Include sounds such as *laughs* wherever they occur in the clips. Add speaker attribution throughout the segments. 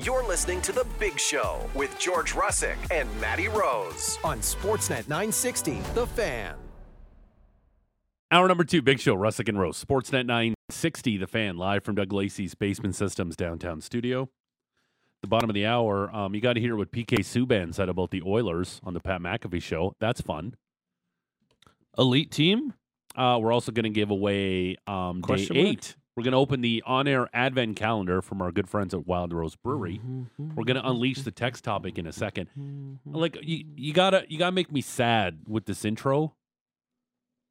Speaker 1: You're listening to The Big Show with George Russick and Matty Rose on Sportsnet 960, The Fan.
Speaker 2: Hour number two, Big Show, Russick and Rose, Sportsnet 960, The Fan, live from Doug Lacey's Basement Systems downtown studio. The bottom of the hour, um, you got to hear what PK Subban said about the Oilers on the Pat McAfee show. That's fun.
Speaker 3: Elite team?
Speaker 2: Uh, we're also going to give away um, day
Speaker 3: Question mark?
Speaker 2: eight. We're going to open the on-air Advent calendar from our good friends at Wild Rose Brewery.
Speaker 3: Mm-hmm,
Speaker 2: We're going to unleash the text topic in a second. Like you, you gotta, you gotta make me sad with this intro.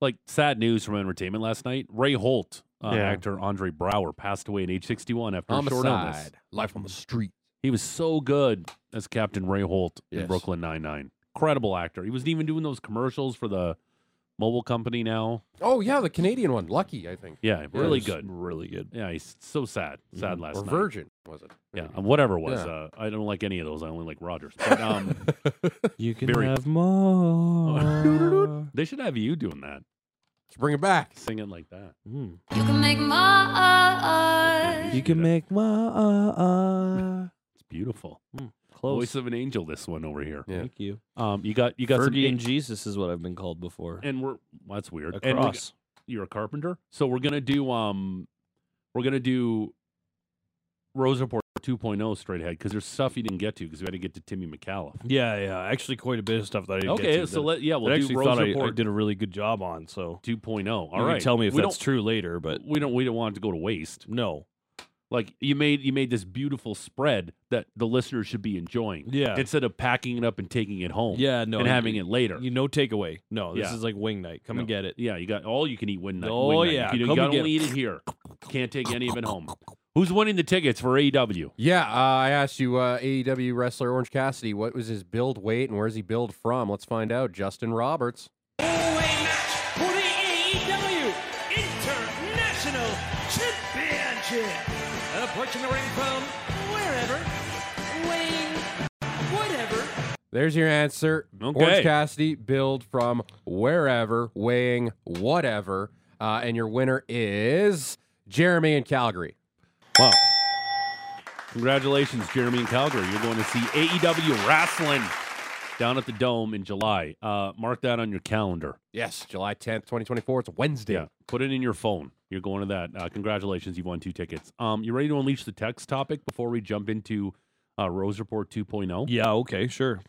Speaker 2: Like sad news from entertainment last night. Ray Holt, uh,
Speaker 3: Yeah.
Speaker 2: actor Andre Brower, passed away at age 61 after a short illness.
Speaker 3: Homicide. Life on the street.
Speaker 2: He was so good as Captain Ray Holt in
Speaker 3: Yes.
Speaker 2: Brooklyn Nine Nine. Incredible actor. He wasn't even doing those commercials for the mobile company now.
Speaker 3: Oh, yeah, the Canadian one. Lucky, I think.
Speaker 2: Yeah, really
Speaker 3: Yes,
Speaker 2: good.
Speaker 3: Really good. Mm-hmm.
Speaker 2: Yeah, he's so sad. Sad last
Speaker 3: or
Speaker 2: night.
Speaker 3: Virgin, was it? Mm-hmm.
Speaker 2: Yeah, uh, whatever it was.
Speaker 3: Yeah.
Speaker 2: Uh, I don't like any of those. I only like Rogers. But
Speaker 3: *laughs*
Speaker 2: um,
Speaker 4: You can
Speaker 2: Very-
Speaker 4: have more. *laughs*
Speaker 2: they should have you doing that,
Speaker 3: Let's bring it back.
Speaker 2: singing like that.
Speaker 4: Mm.
Speaker 5: You can make my
Speaker 4: You can
Speaker 2: Yeah.
Speaker 4: make *laughs* more.
Speaker 2: It's beautiful.
Speaker 4: Close.
Speaker 2: Voice of an angel. This one over here.
Speaker 3: Yeah.
Speaker 4: Thank you.
Speaker 2: Um, you got you got some
Speaker 4: Fergie
Speaker 2: in-
Speaker 4: and Jesus is what I've been called before.
Speaker 2: and we're well, that's weird. And we got-
Speaker 4: Across.
Speaker 2: you're a carpenter, so we're gonna do um, we're gonna do Rose Report 2.0 straight ahead because there's stuff you didn't get to because we had to get to Timmy McAuliffe.
Speaker 4: yeah, yeah. Actually, quite a bit of stuff that I didn't
Speaker 2: Okay, so let yeah we'll do Rose Report
Speaker 4: a really good job on. So
Speaker 2: 2.0. oh. All right,
Speaker 4: you can tell me if
Speaker 2: we
Speaker 4: that's
Speaker 2: don't,
Speaker 4: true later, but
Speaker 2: We don't we don't want it to go to waste.
Speaker 4: no.
Speaker 2: Like you made you made this beautiful spread that the listeners should be enjoying.
Speaker 4: Yeah.
Speaker 2: Instead of packing it up and taking it home.
Speaker 4: Yeah, no.
Speaker 2: and
Speaker 4: you-
Speaker 2: having it later.
Speaker 4: You no takeaway. No, this
Speaker 2: Yeah.
Speaker 4: is like wing night. Come and
Speaker 2: No.
Speaker 4: get it.
Speaker 2: yeah, you got all you can eat win night.
Speaker 4: Oh,
Speaker 2: wing night.
Speaker 4: yeah,
Speaker 2: You,
Speaker 4: come
Speaker 2: got
Speaker 4: and
Speaker 2: only eat
Speaker 4: get-
Speaker 2: it here. Can't take any of it home. Who's winning the tickets for E AEW?
Speaker 3: Yeah, uh, I asked you, uh, AEW wrestler Orange Cassidy, what was his build weight and where's he build from? Let's find out. Justin Roberts.
Speaker 6: for the AEW International Championship. And approaching the ring from wherever, weighing whatever.
Speaker 3: There's your answer.
Speaker 2: Okay.
Speaker 3: Orange Cassidy, build from wherever, weighing whatever. Uh, and your winner is Jeremy in Calgary.
Speaker 2: Wow. Congratulations, Jeremy and Calgary. You're going to see AEW wrestling down at the Dome in July. Uh, mark that on your calendar.
Speaker 3: Yes, July 10th, 2024. It's Wednesday.
Speaker 2: Yeah. Put it in your phone. You're going to that. Uh, congratulations, you've won two tickets. Um, you ready to unleash the text topic before we jump into uh, Rose Report oh? 2.0?
Speaker 4: Yeah, okay, sure.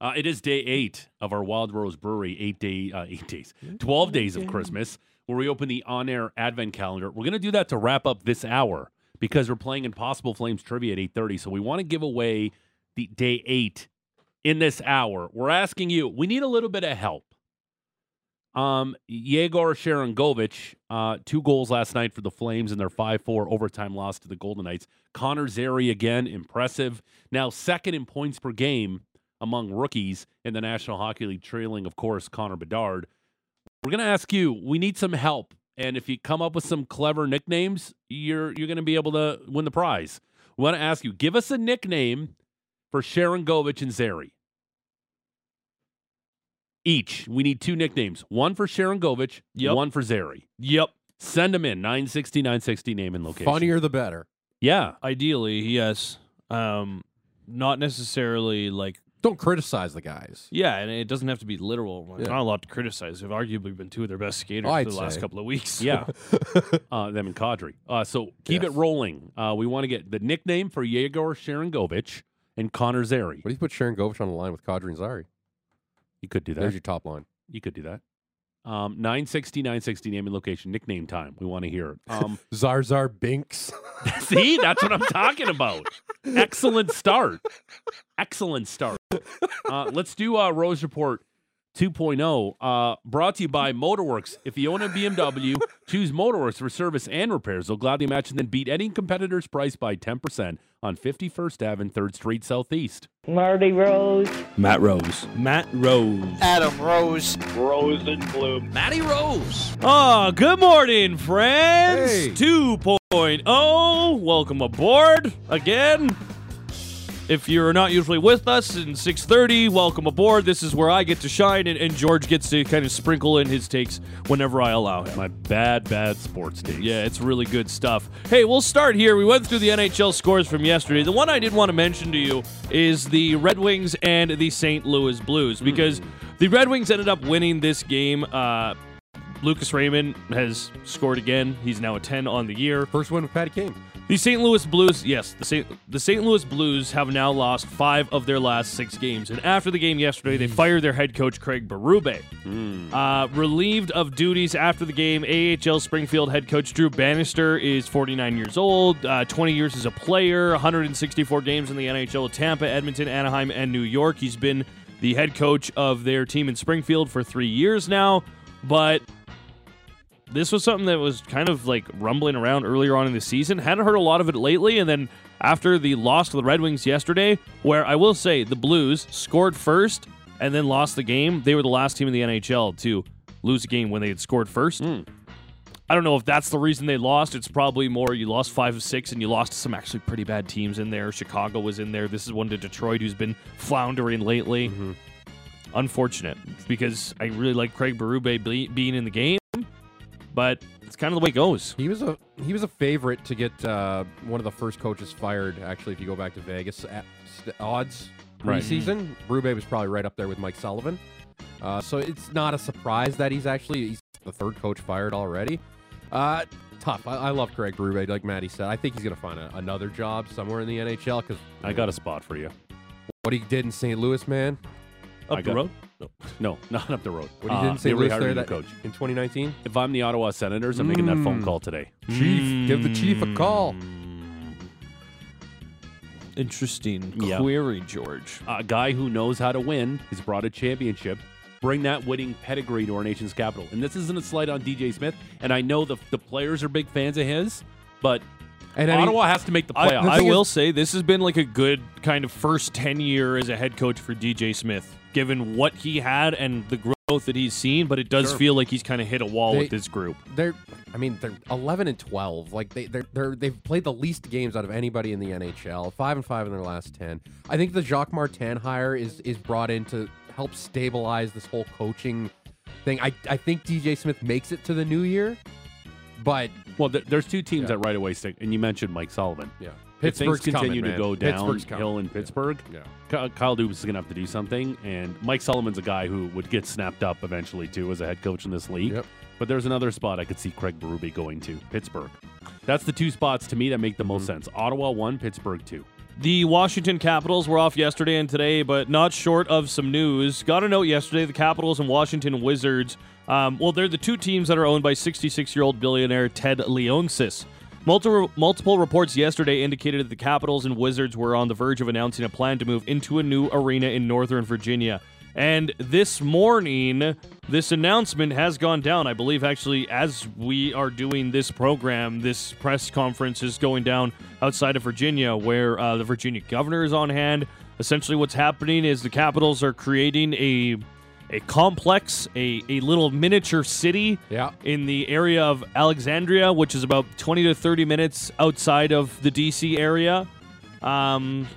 Speaker 2: Uh, it is day eight of our Wild Rose Brewery eight day uh, eight days twelve days of Christmas where we open the on air Advent calendar. We're gonna do that to wrap up this hour because we're playing Impossible Flames trivia at eight thirty. So we want to give away the day eight in this hour. We're asking you. We need a little bit of help. Um, Yegor Sharangovich, uh, two goals last night for the Flames in their 5 4 overtime loss to the Golden Knights. Connor Zary again, impressive. Now, second in points per game among rookies in the National Hockey League, trailing, of course, Connor Bedard. We're going to ask you, we need some help. And if you come up with some clever nicknames, you're, you're going to be able to win the prize. We want to ask you, give us a nickname for Sharon Govich and Zary each. We need two nicknames one for Sharon Govich,
Speaker 4: Yep.
Speaker 2: one for Zary.
Speaker 4: Yep.
Speaker 2: Send them in 960 960 name and location.
Speaker 3: Funnier the better.
Speaker 2: Yeah.
Speaker 4: Ideally, yes. Um not necessarily like
Speaker 3: Don't criticize the guys.
Speaker 4: yeah, and it doesn't have to be literal. Like,
Speaker 3: Yeah.
Speaker 4: Not a lot to criticize. They've arguably been two of their best skaters
Speaker 3: I'd
Speaker 4: for the last
Speaker 3: say.
Speaker 4: couple of weeks.
Speaker 2: Yeah. *laughs* uh, them and Kadri. Uh, so keep
Speaker 3: Yes.
Speaker 2: it rolling. Uh, we want to get the nickname for Yegor Sharon Govich and Connor Zary.
Speaker 3: What do you put Sharon Govich on the line with Kadri and Zari?
Speaker 2: You could do that.
Speaker 3: There's your top line.
Speaker 2: you could do that. Um, 960 960 name and location, nickname time. We want to hear it. Um,
Speaker 3: Zar Zar Binks. *laughs*
Speaker 2: see, that's what I'm talking about. Excellent start. Excellent start. Uh, let's do uh, Rose Report 2.0, uh, brought to you by Motorworks. If you own a BMW, choose Motorworks for service and repairs. They'll gladly match and then beat any competitor's price by 10% on 51st Ave and 3rd Street Southeast.
Speaker 7: Marty Rose.
Speaker 4: Matt Rose. Matt Rose.
Speaker 6: Adam Rose. Rose and Bloom. Matty Rose.
Speaker 4: Ah, good morning, friends. oh.
Speaker 3: Hey.
Speaker 4: 2.0. Welcome aboard again. If you're not usually with us in 6:30, welcome aboard. This is where I get to shine, and, and George gets to kind of sprinkle in his takes whenever I allow him.
Speaker 2: My bad, bad sports takes.
Speaker 4: Yeah, it's really good stuff. Hey, we'll start here. We went through the NHL scores from yesterday. The one I did want to mention to you is the Red Wings and the St. Louis Blues because
Speaker 2: Hmm.
Speaker 4: the Red Wings ended up winning this game. Uh, Lucas Raymond has scored again. He's now a 10 on the year.
Speaker 3: First one with Patty Kane.
Speaker 4: The St. Louis Blues, yes, the St. the St. Louis Blues have now lost five of their last six games, and after the game yesterday, they fired their head coach Craig Berube. Uh, relieved of duties after the game, AHL Springfield head coach Drew Bannister is 49 years old, uh, 20 years as a player, 164 games in the NHL at Tampa, Edmonton, Anaheim, and New York. He's been the head coach of their team in Springfield for three years now, but this was something that was kind of like rumbling around earlier on in the season. Hadn't heard a lot of it lately, and then after the loss to the Red Wings yesterday, where I will say the Blues scored first and then lost the game, they were the last team in the NHL to lose a game when they had scored first. I don't know if that's the reason they lost. It's probably more you lost five of six and you lost to some actually pretty bad teams in there. Chicago was in there. This is one to Detroit who's been floundering lately. Unfortunate because I really like Craig Berube be- being in the game but it's kind of the way it goes.
Speaker 3: He was a he was a favorite to get uh, one of the first coaches fired. Actually, if you go back to Vegas at st- odds
Speaker 2: Right.
Speaker 3: preseason, Brube was probably right up there with Mike Sullivan. Uh, so it's not a surprise that he's actually he's the third coach fired already. Uh, tough. I, I love Craig Brube. Like Maddie said, I think he's gonna find a, another job somewhere in the NHL because
Speaker 2: I got a spot for you.
Speaker 3: what he did in St. Louis, man.
Speaker 4: Up
Speaker 2: I
Speaker 4: the
Speaker 2: got-
Speaker 4: road?
Speaker 2: No, *laughs* no, not up the road.
Speaker 3: What Ah, he
Speaker 2: Uh,
Speaker 3: did in
Speaker 2: they
Speaker 3: St.
Speaker 2: already
Speaker 3: Louis
Speaker 2: hired
Speaker 3: there
Speaker 2: a new
Speaker 3: that,
Speaker 2: coach.
Speaker 3: in 2019.
Speaker 2: If I'm the Ottawa Senators, I'm making that phone
Speaker 3: Mm.
Speaker 2: call today.
Speaker 3: Chief, give the chief a call.
Speaker 2: Hmm.
Speaker 4: Interesting
Speaker 2: Yeah.
Speaker 4: query, George.
Speaker 2: A guy who knows how to win has brought a championship. Bring that winning pedigree to our nation's capital. And this isn't a slight on DJ Smith. And I know the the players are big fans of his, but
Speaker 3: And any-
Speaker 2: Ottawa has to make the
Speaker 4: I,
Speaker 2: playoffs.
Speaker 4: I will say this has been like a good kind of first 10 year as a head coach for DJ Smith, given what he had and the growth that he's seen, but it does feel like he's kind of hit a wall
Speaker 3: They-
Speaker 4: with this group.
Speaker 3: they're I mean they're 11 and 12. Like they they're, they're they've played the least games out of anybody in the NHL. 5 and 5 in their last 10. I think the Jacques Martin hire is is brought in to help stabilize this whole coaching thing. I I think DJ Smith makes it to the new year, but
Speaker 2: Well, th- there's two teams
Speaker 3: Yeah.
Speaker 2: that right away stick, and you mentioned Mike Sullivan.
Speaker 3: yeah.
Speaker 2: If things continue to go
Speaker 3: Pittsburgh's
Speaker 2: downhill
Speaker 3: coming.
Speaker 2: in Pittsburgh,
Speaker 3: Yeah.
Speaker 2: Ky- Kyle Dubas is going to have to do something. And Mike Sullivan's a guy who would get snapped up eventually, too, as a head coach in this league.
Speaker 3: Yep.
Speaker 2: But there's another spot I could see Craig Berube going to Pittsburgh. That's the two spots to me that make the most sense Ottawa 1, Pittsburgh 2.
Speaker 4: The Washington Capitals were off yesterday and today, but not short of some news. Got a note yesterday the Capitals and Washington Wizards. Um, well, they're the two teams that are owned by 66 year old billionaire Ted Leonsis. Multiple, multiple reports yesterday indicated that the Capitals and Wizards were on the verge of announcing a plan to move into a new arena in Northern Virginia. And this morning, this announcement has gone down. I believe, actually, as we are doing this program, this press conference is going down outside of Virginia, where uh, the Virginia governor is on hand. Essentially, what's happening is the Capitals are creating a a complex, a, a little miniature city
Speaker 3: Yeah.
Speaker 4: in the area of Alexandria, which is about 20 to 30 minutes outside of the DC area. Um,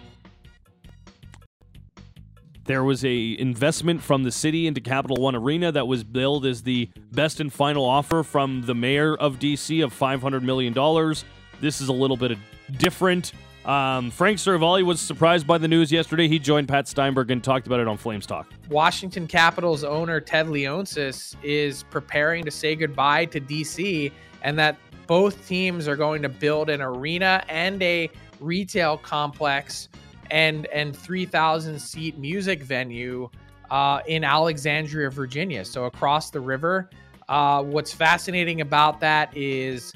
Speaker 4: there was a investment from the city into Capital One Arena that was billed as the best and final offer from the mayor of DC of $500 million. This is a little bit of different. Um, Frank Cervalli was surprised by the news yesterday. He joined Pat Steinberg and talked about it on Flames Talk.
Speaker 7: Washington Capitals owner Ted Leonsis is preparing to say goodbye to DC and that both teams are going to build an arena and a retail complex and and 3000 seat music venue uh, in Alexandria, Virginia, so across the river. Uh, what's fascinating about that is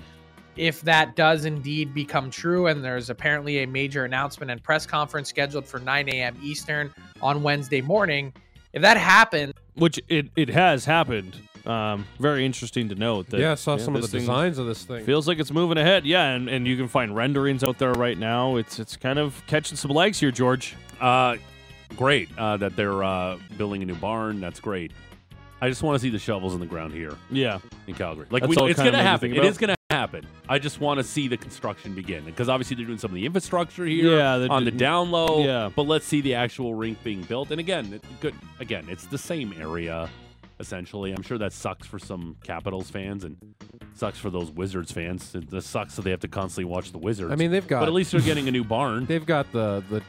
Speaker 7: if that does indeed become true, and there's apparently a major announcement and press conference scheduled for 9 a.m. Eastern on Wednesday morning, if that happens,
Speaker 4: which it, it has happened. Um, very interesting to note that.
Speaker 3: Yeah, I saw
Speaker 4: yeah,
Speaker 3: some of the
Speaker 4: this thing
Speaker 3: designs of this thing.
Speaker 4: Feels like it's moving ahead, yeah, and, and you can find renderings out there right now. It's it's kind of catching some legs here, George.
Speaker 2: Uh, great uh, that they're uh, building a new barn. That's great. I just want to see the shovels in the ground here
Speaker 4: Yeah.
Speaker 2: in Calgary. Like
Speaker 4: That's
Speaker 2: we,
Speaker 4: all
Speaker 2: it's
Speaker 4: kinda
Speaker 2: gonna
Speaker 4: made me
Speaker 2: happen.
Speaker 4: think
Speaker 2: It
Speaker 4: about.
Speaker 2: is gonna happen. I just want to see the construction begin because obviously they're doing some of the infrastructure here
Speaker 4: Yeah, they're
Speaker 2: on the
Speaker 4: doing-
Speaker 2: down low.
Speaker 4: yeah.
Speaker 2: but let's see the actual rink being built. And again, it, good. Again, it's the same area essentially. I'm sure that sucks for some Capitals fans and sucks for those Wizards fans. It, this sucks that they have to constantly watch the Wizards.
Speaker 3: I mean, they've got
Speaker 2: but at least they're getting a new
Speaker 4: *laughs*
Speaker 2: barn.
Speaker 3: they've got the the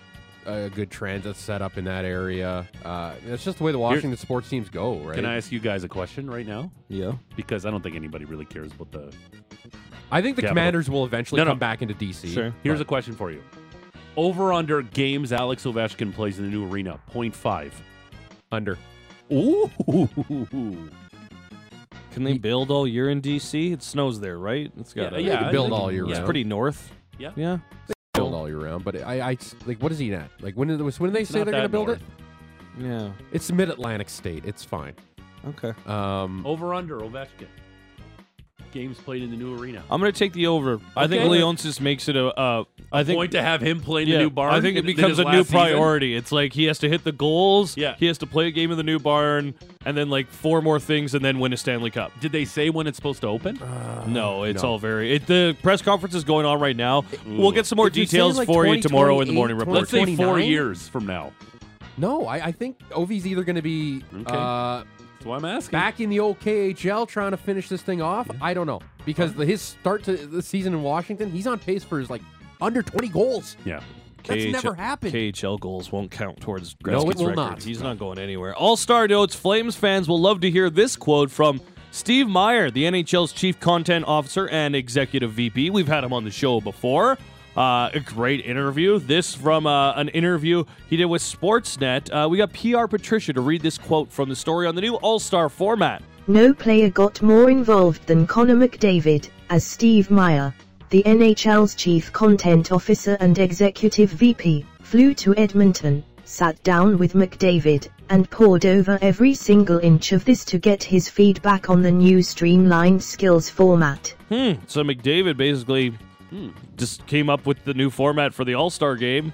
Speaker 3: uh, good transit set up in that area. Uh, that's just the way the Washington sports teams go, right?
Speaker 2: Can I ask you guys a question right now?
Speaker 4: Yeah.
Speaker 2: Because I don't think anybody really cares about the.
Speaker 3: I think the
Speaker 2: Capital.
Speaker 3: Commanders will eventually
Speaker 2: No, no.
Speaker 3: come back into DC.
Speaker 4: Sure.
Speaker 2: Here's a question for you. Over under games Alex Ovechkin plays in the new arena, 0.5.
Speaker 3: Under.
Speaker 2: *laughs* Ooh.
Speaker 4: Can they build all year in DC? It snows there, right? It's got
Speaker 2: Yeah,
Speaker 4: a-
Speaker 2: yeah,
Speaker 3: They can
Speaker 2: I
Speaker 3: build
Speaker 2: think
Speaker 3: all year
Speaker 4: It's
Speaker 3: round.
Speaker 4: pretty north.
Speaker 2: Yeah.
Speaker 4: Yeah.
Speaker 3: build all year round. But I, I like, what is he at? Like, when did when did they say
Speaker 2: not
Speaker 3: they're going to
Speaker 2: that
Speaker 3: build it?
Speaker 4: Yeah.
Speaker 3: It's Mid Atlantic State. It's fine.
Speaker 4: Okay.
Speaker 3: Um,
Speaker 2: Over under Ovechkin. Games played in the new arena.
Speaker 4: I'm gonna take the over. I think
Speaker 2: Okay.
Speaker 4: Leonsis makes it a. Uh, I think
Speaker 2: Point to have him play in
Speaker 4: yeah,
Speaker 2: the new barn.
Speaker 4: I think it
Speaker 2: in- in
Speaker 4: becomes
Speaker 2: his
Speaker 4: a new
Speaker 2: last season?
Speaker 4: priority. It's like he has to hit the goals.
Speaker 2: Yeah.
Speaker 4: He has to play a game in the new barn, and then like four more things, and then win a Stanley Cup.
Speaker 2: Did they say when it's supposed to open?
Speaker 4: Uh, No, it's
Speaker 3: Uh, no.
Speaker 4: all very. It, the press conference is going on right now. We'll get some more
Speaker 3: If you're
Speaker 4: details
Speaker 3: saying, like,
Speaker 4: for you tomorrow in the
Speaker 3: 2028,
Speaker 4: morning report.
Speaker 2: Let's say four
Speaker 3: 29?
Speaker 2: years from now.
Speaker 3: no, I, I think Ovi's either going to be
Speaker 2: Okay.
Speaker 3: uh,
Speaker 2: That's why I'm asking.
Speaker 3: back in the old KHL trying to finish this thing off. I don't know because the, his start to the season in Washington, he's on pace for his like under twenty goals.
Speaker 2: Yeah.
Speaker 3: That's never happened.
Speaker 4: KHL goals won't count towards Gretzky's
Speaker 3: No, it will
Speaker 4: record.
Speaker 3: not.
Speaker 4: He's not going anywhere. All star notes. Flames fans will love to hear this quote from Steve Meyer, the NHL's chief content officer and executive VP. We've had him on the show before. Uh, a great interview. This from uh, an interview he did with Sportsnet. Uh, we got PR Patricia to read this quote from the story on the new All Star format.
Speaker 8: No player got more involved than Connor McDavid, as Steve Meyer, the NHL's chief content officer and executive VP, flew to Edmonton, sat down with McDavid, and pored over every single inch of this to get his feedback on the new streamlined skills format.
Speaker 4: Hmm. So McDavid basically
Speaker 3: Hmm.
Speaker 4: just came up with the new format for the All Star game,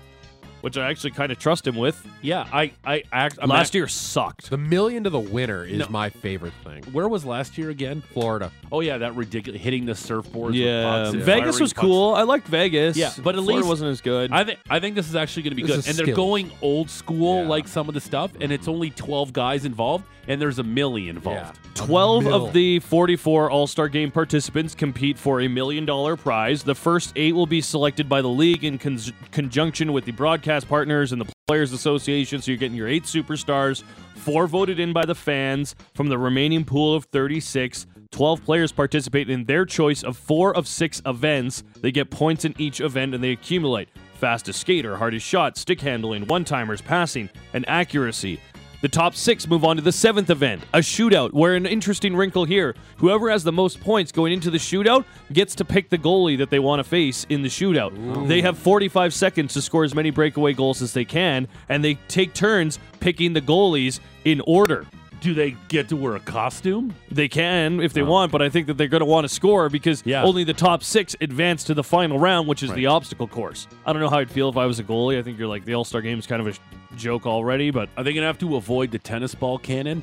Speaker 4: which I actually kind of trust him with.
Speaker 2: Yeah, I, I, act, I'm
Speaker 4: Last
Speaker 2: act-
Speaker 4: year sucked.
Speaker 3: The million to the winner is
Speaker 2: No.
Speaker 3: my favorite thing.
Speaker 2: Where was last year again?
Speaker 3: Florida.
Speaker 2: Oh yeah, that ridiculous hitting the surfboards. with pucks and
Speaker 4: Vegas
Speaker 2: firing
Speaker 4: was
Speaker 2: pucks.
Speaker 4: cool. I liked Vegas.
Speaker 2: Yeah, but at
Speaker 4: Florida
Speaker 2: least-
Speaker 4: wasn't as good.
Speaker 2: I think I think this is actually going to be
Speaker 3: This
Speaker 2: good,
Speaker 3: is
Speaker 2: and they're
Speaker 3: skills.
Speaker 2: going old school
Speaker 3: Yeah.
Speaker 2: like some of the stuff, and it's only twelve guys involved, and there's a millie involved.
Speaker 3: Yeah.
Speaker 4: 12
Speaker 3: Middle.
Speaker 4: of the 44 All Star Game participants compete for a million dollar prize. The first eight will be selected by the league in con- conjunction with the broadcast partners and the Players Association. So you're getting your eight superstars, four voted in by the fans from the remaining pool of 36. 12 players participate in their choice of four of six events. They get points in each event and they accumulate fastest skater, hardest shot, stick handling, one timers, passing, and accuracy. The top six move on to the seventh event, a shootout, where an interesting wrinkle here. Whoever has the most points going into the shootout gets to pick the goalie that they want to face in the shootout. They have 45 seconds to score as many breakaway goals as they can, and they take turns picking the goalies in order.
Speaker 2: Do they get to wear a costume?
Speaker 4: They can if they want, but I think that they're going to want to score because
Speaker 2: Yeah.
Speaker 4: only the top six advance to the final round, which is the obstacle course. I don't know how I'd feel if I was a goalie. I think you're like, the All Star game is kind of a sh- joke already, but
Speaker 2: Are they going to have to avoid the tennis ball cannon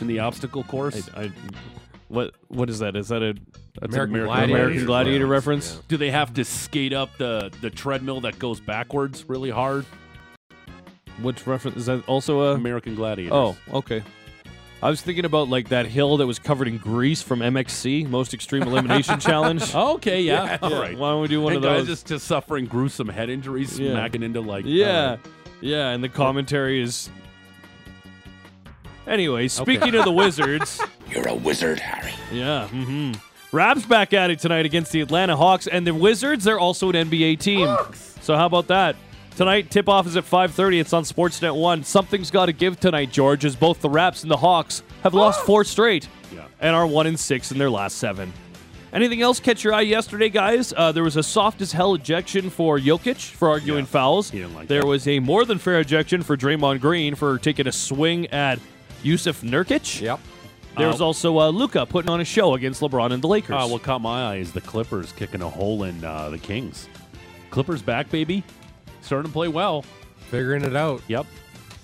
Speaker 2: in the obstacle course?
Speaker 4: I, I, what what is that? Is that a that's
Speaker 3: American
Speaker 4: an American
Speaker 3: Gladiator
Speaker 4: American Gladiator
Speaker 3: reference,
Speaker 4: reference?
Speaker 2: Do they have to skate up the the treadmill that goes backwards really hard?
Speaker 4: Which reference is that? Also a
Speaker 2: American Gladiators.
Speaker 4: oh okay. I was thinking about like that hill that was covered in grease from MXC Most Extreme
Speaker 2: *laughs*
Speaker 4: Elimination Challenge. *laughs*
Speaker 2: okay, Oh, yeah, all right.
Speaker 4: Why don't we do Oh. one
Speaker 2: and
Speaker 4: of
Speaker 2: guys
Speaker 4: those?
Speaker 2: just, just suffering gruesome head injuries,
Speaker 4: Yeah.
Speaker 2: smacking into like uh, I don't
Speaker 4: yeah,
Speaker 6: uh,
Speaker 2: know,
Speaker 4: yeah, and the commentary is. Anyway, speaking of the Wizards.
Speaker 6: *laughs* You're a wizard, Harry.
Speaker 4: Yeah. Mm-hmm. Rab's back at it tonight against the Atlanta Hawks and the Wizards. They're also an NBA team. So how about that? Tonight, tip-off is at 5.30. It's on Sportsnet 1. Something's got to give tonight, George, as both the Raps and the Hawks have lost four straight
Speaker 2: Yeah.
Speaker 4: and are 1 and 6 in their last seven. Anything else catch your eye yesterday, guys? Uh, there was a soft as hell ejection for Jokic for arguing fouls.
Speaker 2: he didn't like
Speaker 4: there
Speaker 2: that.
Speaker 4: was a more than fair ejection for Draymond Green for taking a swing at Yusuf Nurkic.
Speaker 3: Yep.
Speaker 4: There
Speaker 2: Uh,
Speaker 4: was also uh, Luca putting on a show against LeBron and the Lakers.
Speaker 2: Uh, what caught my eye is the Clippers kicking a hole in uh, the Kings. Clippers back, baby. Starting to play well.
Speaker 3: Figuring it out.
Speaker 2: Yep.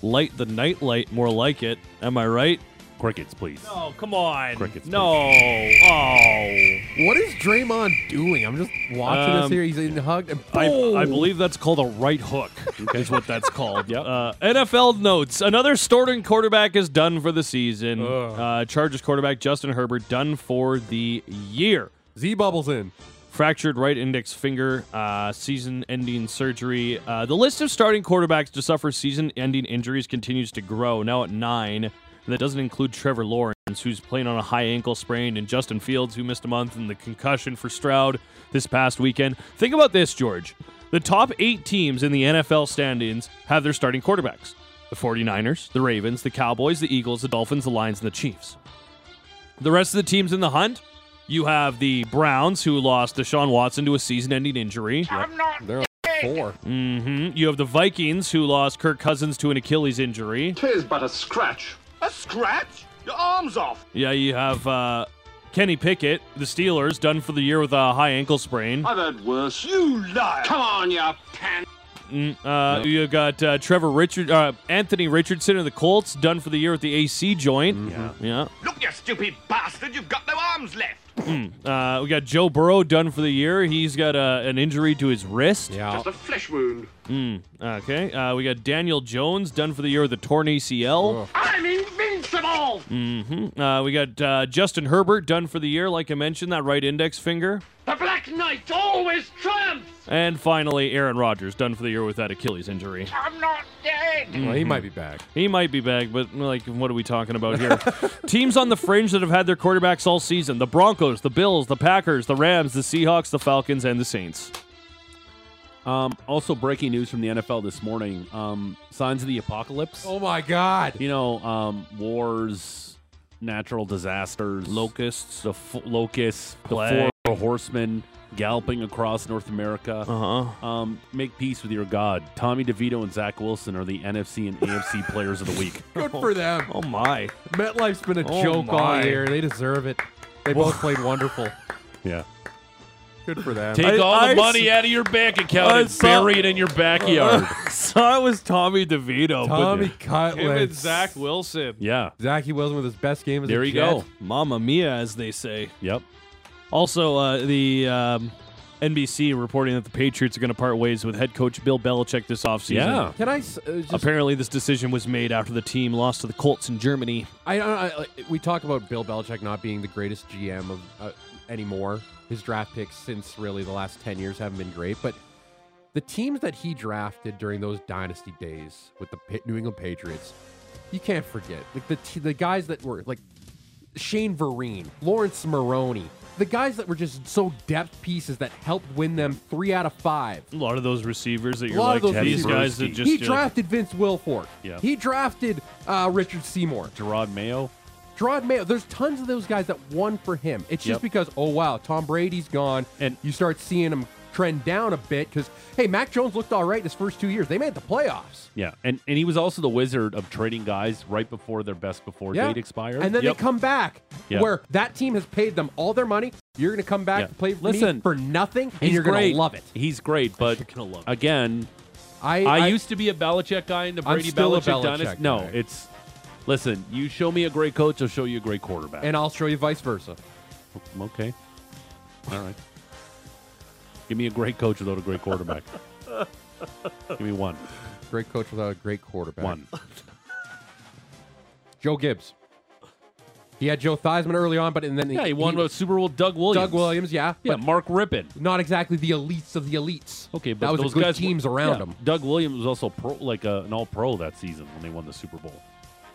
Speaker 4: light the nightlight, more like it. Am I right?
Speaker 2: Crickets, please.
Speaker 4: Oh, come on.
Speaker 2: Crickets,
Speaker 4: no. Oh.
Speaker 3: What is Draymond doing? I'm just watching
Speaker 4: Um,
Speaker 3: this here. He's in hugged. And
Speaker 4: I, I
Speaker 3: boom!
Speaker 4: believe that's called a right hook. Is what
Speaker 2: *laughs*
Speaker 4: that's called. Uh, NFL notes: Another starting quarterback is done for the season. Uh, Chargers quarterback Justin Herbert done for the year.
Speaker 3: Z bubbles in.
Speaker 4: Fractured right index finger, uh, season-ending surgery. Uh, the list of starting quarterbacks to suffer season-ending injuries continues to grow. Now at nine. That doesn't include Trevor Lawrence, who's playing on a high ankle sprain, and Justin Fields, who missed a month, and the concussion for Stroud this past weekend. Think about this, George. The top eight teams in the NFL standings have their starting quarterbacks the 49ers, the Ravens, the Cowboys, the Eagles, the Dolphins, the Lions, and the Chiefs. The rest of the teams in the hunt, you have the Browns, who lost Deshaun Watson to a season ending injury.
Speaker 3: They're like four.
Speaker 4: hmm You have the Vikings, who lost Kirk Cousins to an Achilles injury.
Speaker 6: Tis but a scratch. A scratch? Your arm's off.
Speaker 4: Yeah, you have uh, Kenny Pickett, the Steelers, done for the year with a high ankle sprain.
Speaker 6: I've heard worse. You liar. Come on, you pan.
Speaker 4: Mm, uh, You got uh, Trevor Richard, uh, Anthony Richardson of the Colts, done for the year with the AC joint. Yeah,
Speaker 6: Look, you stupid bastard. You've got no arms left.
Speaker 4: yeah. Uh, we got Joe Burrow done for the year. He's got uh, an injury to his wrist.
Speaker 3: Yeah.
Speaker 6: Just a flesh wound.
Speaker 4: Mm, okay. Uh, we got Daniel Jones done for the year with a torn ACL.
Speaker 6: I'm invincible.
Speaker 4: hmm Uh, we got uh, Justin Herbert done for the year, like I mentioned, that right index finger.
Speaker 6: The Black Knight always triumphs.
Speaker 4: And finally, Aaron Rodgers done for the year with that Achilles injury.
Speaker 6: I'm not dead.
Speaker 3: Well, he might be back.
Speaker 4: He might be back, but like, what are we talking
Speaker 2: *laughs*
Speaker 4: about here? Teams on the fringe that have had their quarterbacks all season: the Broncos, the Bills, the Packers, the Rams, the Seahawks, the Falcons, and the Saints.
Speaker 2: Um, also, breaking news from the NFL this morning: um, signs of the apocalypse.
Speaker 3: Oh my God.
Speaker 2: You know, um, wars, natural disasters,
Speaker 4: Locusts.
Speaker 2: the f- locusts,
Speaker 4: Plague.
Speaker 2: the four horsemen galloping across North America.
Speaker 4: Uh huh.
Speaker 2: Um, make peace with your God. Tommy DeVito and Zach Wilson are the NFC and AFC players of the week.
Speaker 3: Good for them.
Speaker 4: Oh my.
Speaker 3: MetLife's been a
Speaker 4: Oh
Speaker 3: joke all
Speaker 4: my.
Speaker 3: year. They deserve it. They both played wonderful.
Speaker 2: *laughs* Yeah.
Speaker 3: Good for them.
Speaker 2: Take
Speaker 4: I-
Speaker 2: all
Speaker 4: I
Speaker 2: the money
Speaker 4: s-
Speaker 2: out of your bank account
Speaker 4: I
Speaker 2: and
Speaker 4: saw-
Speaker 2: bury it in your
Speaker 4: *laughs*
Speaker 2: backyard.
Speaker 4: so it was Tommy DeVito,
Speaker 3: Tommy
Speaker 4: but him
Speaker 3: Cutlet.
Speaker 4: and Zach Wilson.
Speaker 2: yeah.
Speaker 3: Zachy Wilson with his best game as
Speaker 2: There
Speaker 3: a
Speaker 2: you
Speaker 3: Jet.
Speaker 2: go.
Speaker 4: Mamma mia, as they say.
Speaker 2: Yep.
Speaker 4: Also, uh, the um, NBC reporting that the Patriots are going to part ways with head coach Bill Belichick this offseason.
Speaker 2: Yeah.
Speaker 3: Can I s- uh, just
Speaker 4: Apparently, this decision was made after the team lost to the Colts in Germany.
Speaker 3: I, I, I we talk about Bill Belichick not being the greatest GM of uh, anymore. His draft picks since really the last ten years haven't been great, but the teams that he drafted during those dynasty days with the Pa- New England Patriots, you can't forget. Like the t- the guys that were like Shane Vereen, Lawrence Maroney, the guys that were just so depth pieces that helped win them three out of five.
Speaker 4: A lot of those receivers that
Speaker 3: A
Speaker 4: you're
Speaker 3: lot
Speaker 4: like,
Speaker 3: of those
Speaker 4: these
Speaker 3: receivers.
Speaker 4: guys that just
Speaker 3: he drafted Vince Wilfork.
Speaker 2: Yeah.
Speaker 3: He drafted uh, Richard Seymour.
Speaker 2: Gerard Mayo.
Speaker 3: Gerard Mayo. There's tons of those guys that won for him. It's
Speaker 2: Yep.
Speaker 3: just because oh wow, Tom Brady's gone,
Speaker 2: And-
Speaker 3: you start seeing him trend down a bit because hey, Mac Jones looked all right in his first two years. They made the playoffs.
Speaker 2: Yeah. And and he was also the wizard of trading guys right before their best before
Speaker 3: Yeah.
Speaker 2: date expired.
Speaker 3: And then
Speaker 2: Yep.
Speaker 3: they come back
Speaker 2: Yeah.
Speaker 3: where that team has paid them all their money. You're going to come back
Speaker 2: Yeah.
Speaker 3: to play for
Speaker 2: Listen,
Speaker 3: me for nothing, and
Speaker 2: He's
Speaker 3: you're going
Speaker 2: great.
Speaker 3: to love it.
Speaker 2: He's great, but
Speaker 4: You're gonna love it.
Speaker 2: again,
Speaker 3: I,
Speaker 2: I, used to be a Belichick guy in the
Speaker 3: I'm
Speaker 2: Brady
Speaker 3: still a
Speaker 2: Belichick,
Speaker 3: Belichick
Speaker 2: dynasty. No,
Speaker 3: guy.
Speaker 2: it's listen. You show me a great coach, I'll show you a great quarterback.
Speaker 3: and I'll show you vice versa.
Speaker 2: I'm okay, all right. Give me a great coach without a great
Speaker 3: *laughs*
Speaker 2: quarterback. Give me one,
Speaker 3: Great coach without a great quarterback.
Speaker 2: one.
Speaker 3: Joe Gibbs. He had Joe Theismann early on, but and then
Speaker 2: Yeah, he won with Super Bowl. Doug Williams.
Speaker 3: Doug Williams. Yeah,
Speaker 2: Yeah,
Speaker 3: but
Speaker 2: Mark Rippon.
Speaker 3: not exactly the elites of the elites.
Speaker 2: Okay, but
Speaker 3: that was
Speaker 2: those
Speaker 3: a good
Speaker 2: guys were-
Speaker 3: teams around
Speaker 2: yeah,
Speaker 3: him.
Speaker 2: Doug Williams was also pro, like uh, an All-Pro that season when they won the Super Bowl.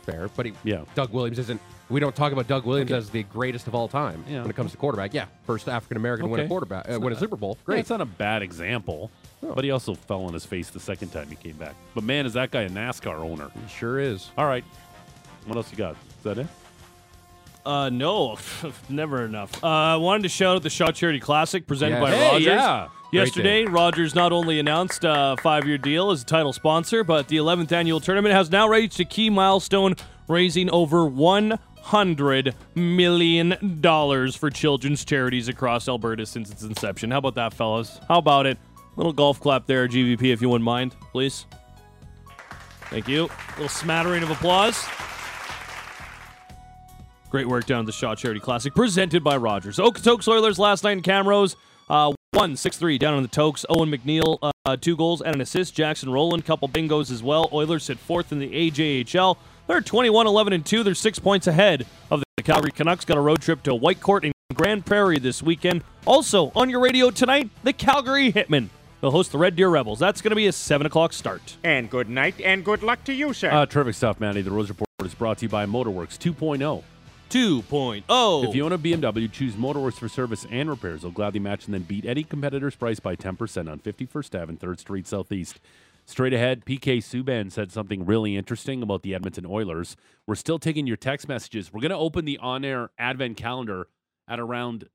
Speaker 3: Fair, but he,
Speaker 2: Yeah.
Speaker 3: Doug Williams isn't. We don't talk about Doug Williams as the greatest of all time
Speaker 2: Yeah.
Speaker 3: when it comes to quarterback. Yeah, first African American to win a
Speaker 2: Okay.
Speaker 3: quarterback, uh, win a Super Bowl.
Speaker 2: Yeah,
Speaker 3: Great. Oh.
Speaker 2: it's not a bad example, but he also fell on his face the second time he came back. But man, is that guy a NASCAR owner?
Speaker 3: It sure is.
Speaker 2: All right, what else you got? Is that it?
Speaker 4: Uh, no, *laughs* never enough. Uh, I wanted to shout out the Shaw Charity Classic presented
Speaker 3: Yes.
Speaker 4: by
Speaker 3: Hey,
Speaker 4: Rogers.
Speaker 2: yeah.
Speaker 3: Great
Speaker 4: Yesterday, Rogers not only announced a five-year deal as a title sponsor, but the 11th annual tournament has now reached a key milestone, raising over 100 million dollars for children's charities across Alberta since its inception. How about that, fellas? How about it? Little golf clap there, GVP, if you wouldn't mind, please. Thank you. Little smattering of applause. Great work down at the Shaw Charity Classic, presented by Rogers. Oak Tokes Oilers last night in Camrose. Uh, 1 6 3 down on the Tokes. Owen McNeil, uh, two goals and an assist. Jackson Rowland, couple bingos as well. Oilers sit fourth in the AJHL. They're 21 11 and 2. They're six points ahead of the Calgary Canucks. Got a road trip to Whitecourt in Grand Prairie this weekend. Also on your radio tonight, the Calgary Hitmen. They'll host the Red Deer Rebels. That's going to be a 7 o'clock start.
Speaker 9: And good night and good luck to you, sir.
Speaker 2: Uh, terrific stuff, Manny. The Rose Report is brought to you by Motorworks 2.0.
Speaker 4: 2.0.
Speaker 2: If you own a BMW, choose Motorworks for service and repairs. They'll gladly match and then beat any competitor's price by 10% on 51st Ave and 3rd Street Southeast. Straight ahead, PK Subban said something really interesting about the Edmonton Oilers. We're still taking your text messages. We're going to open the on-air advent calendar at around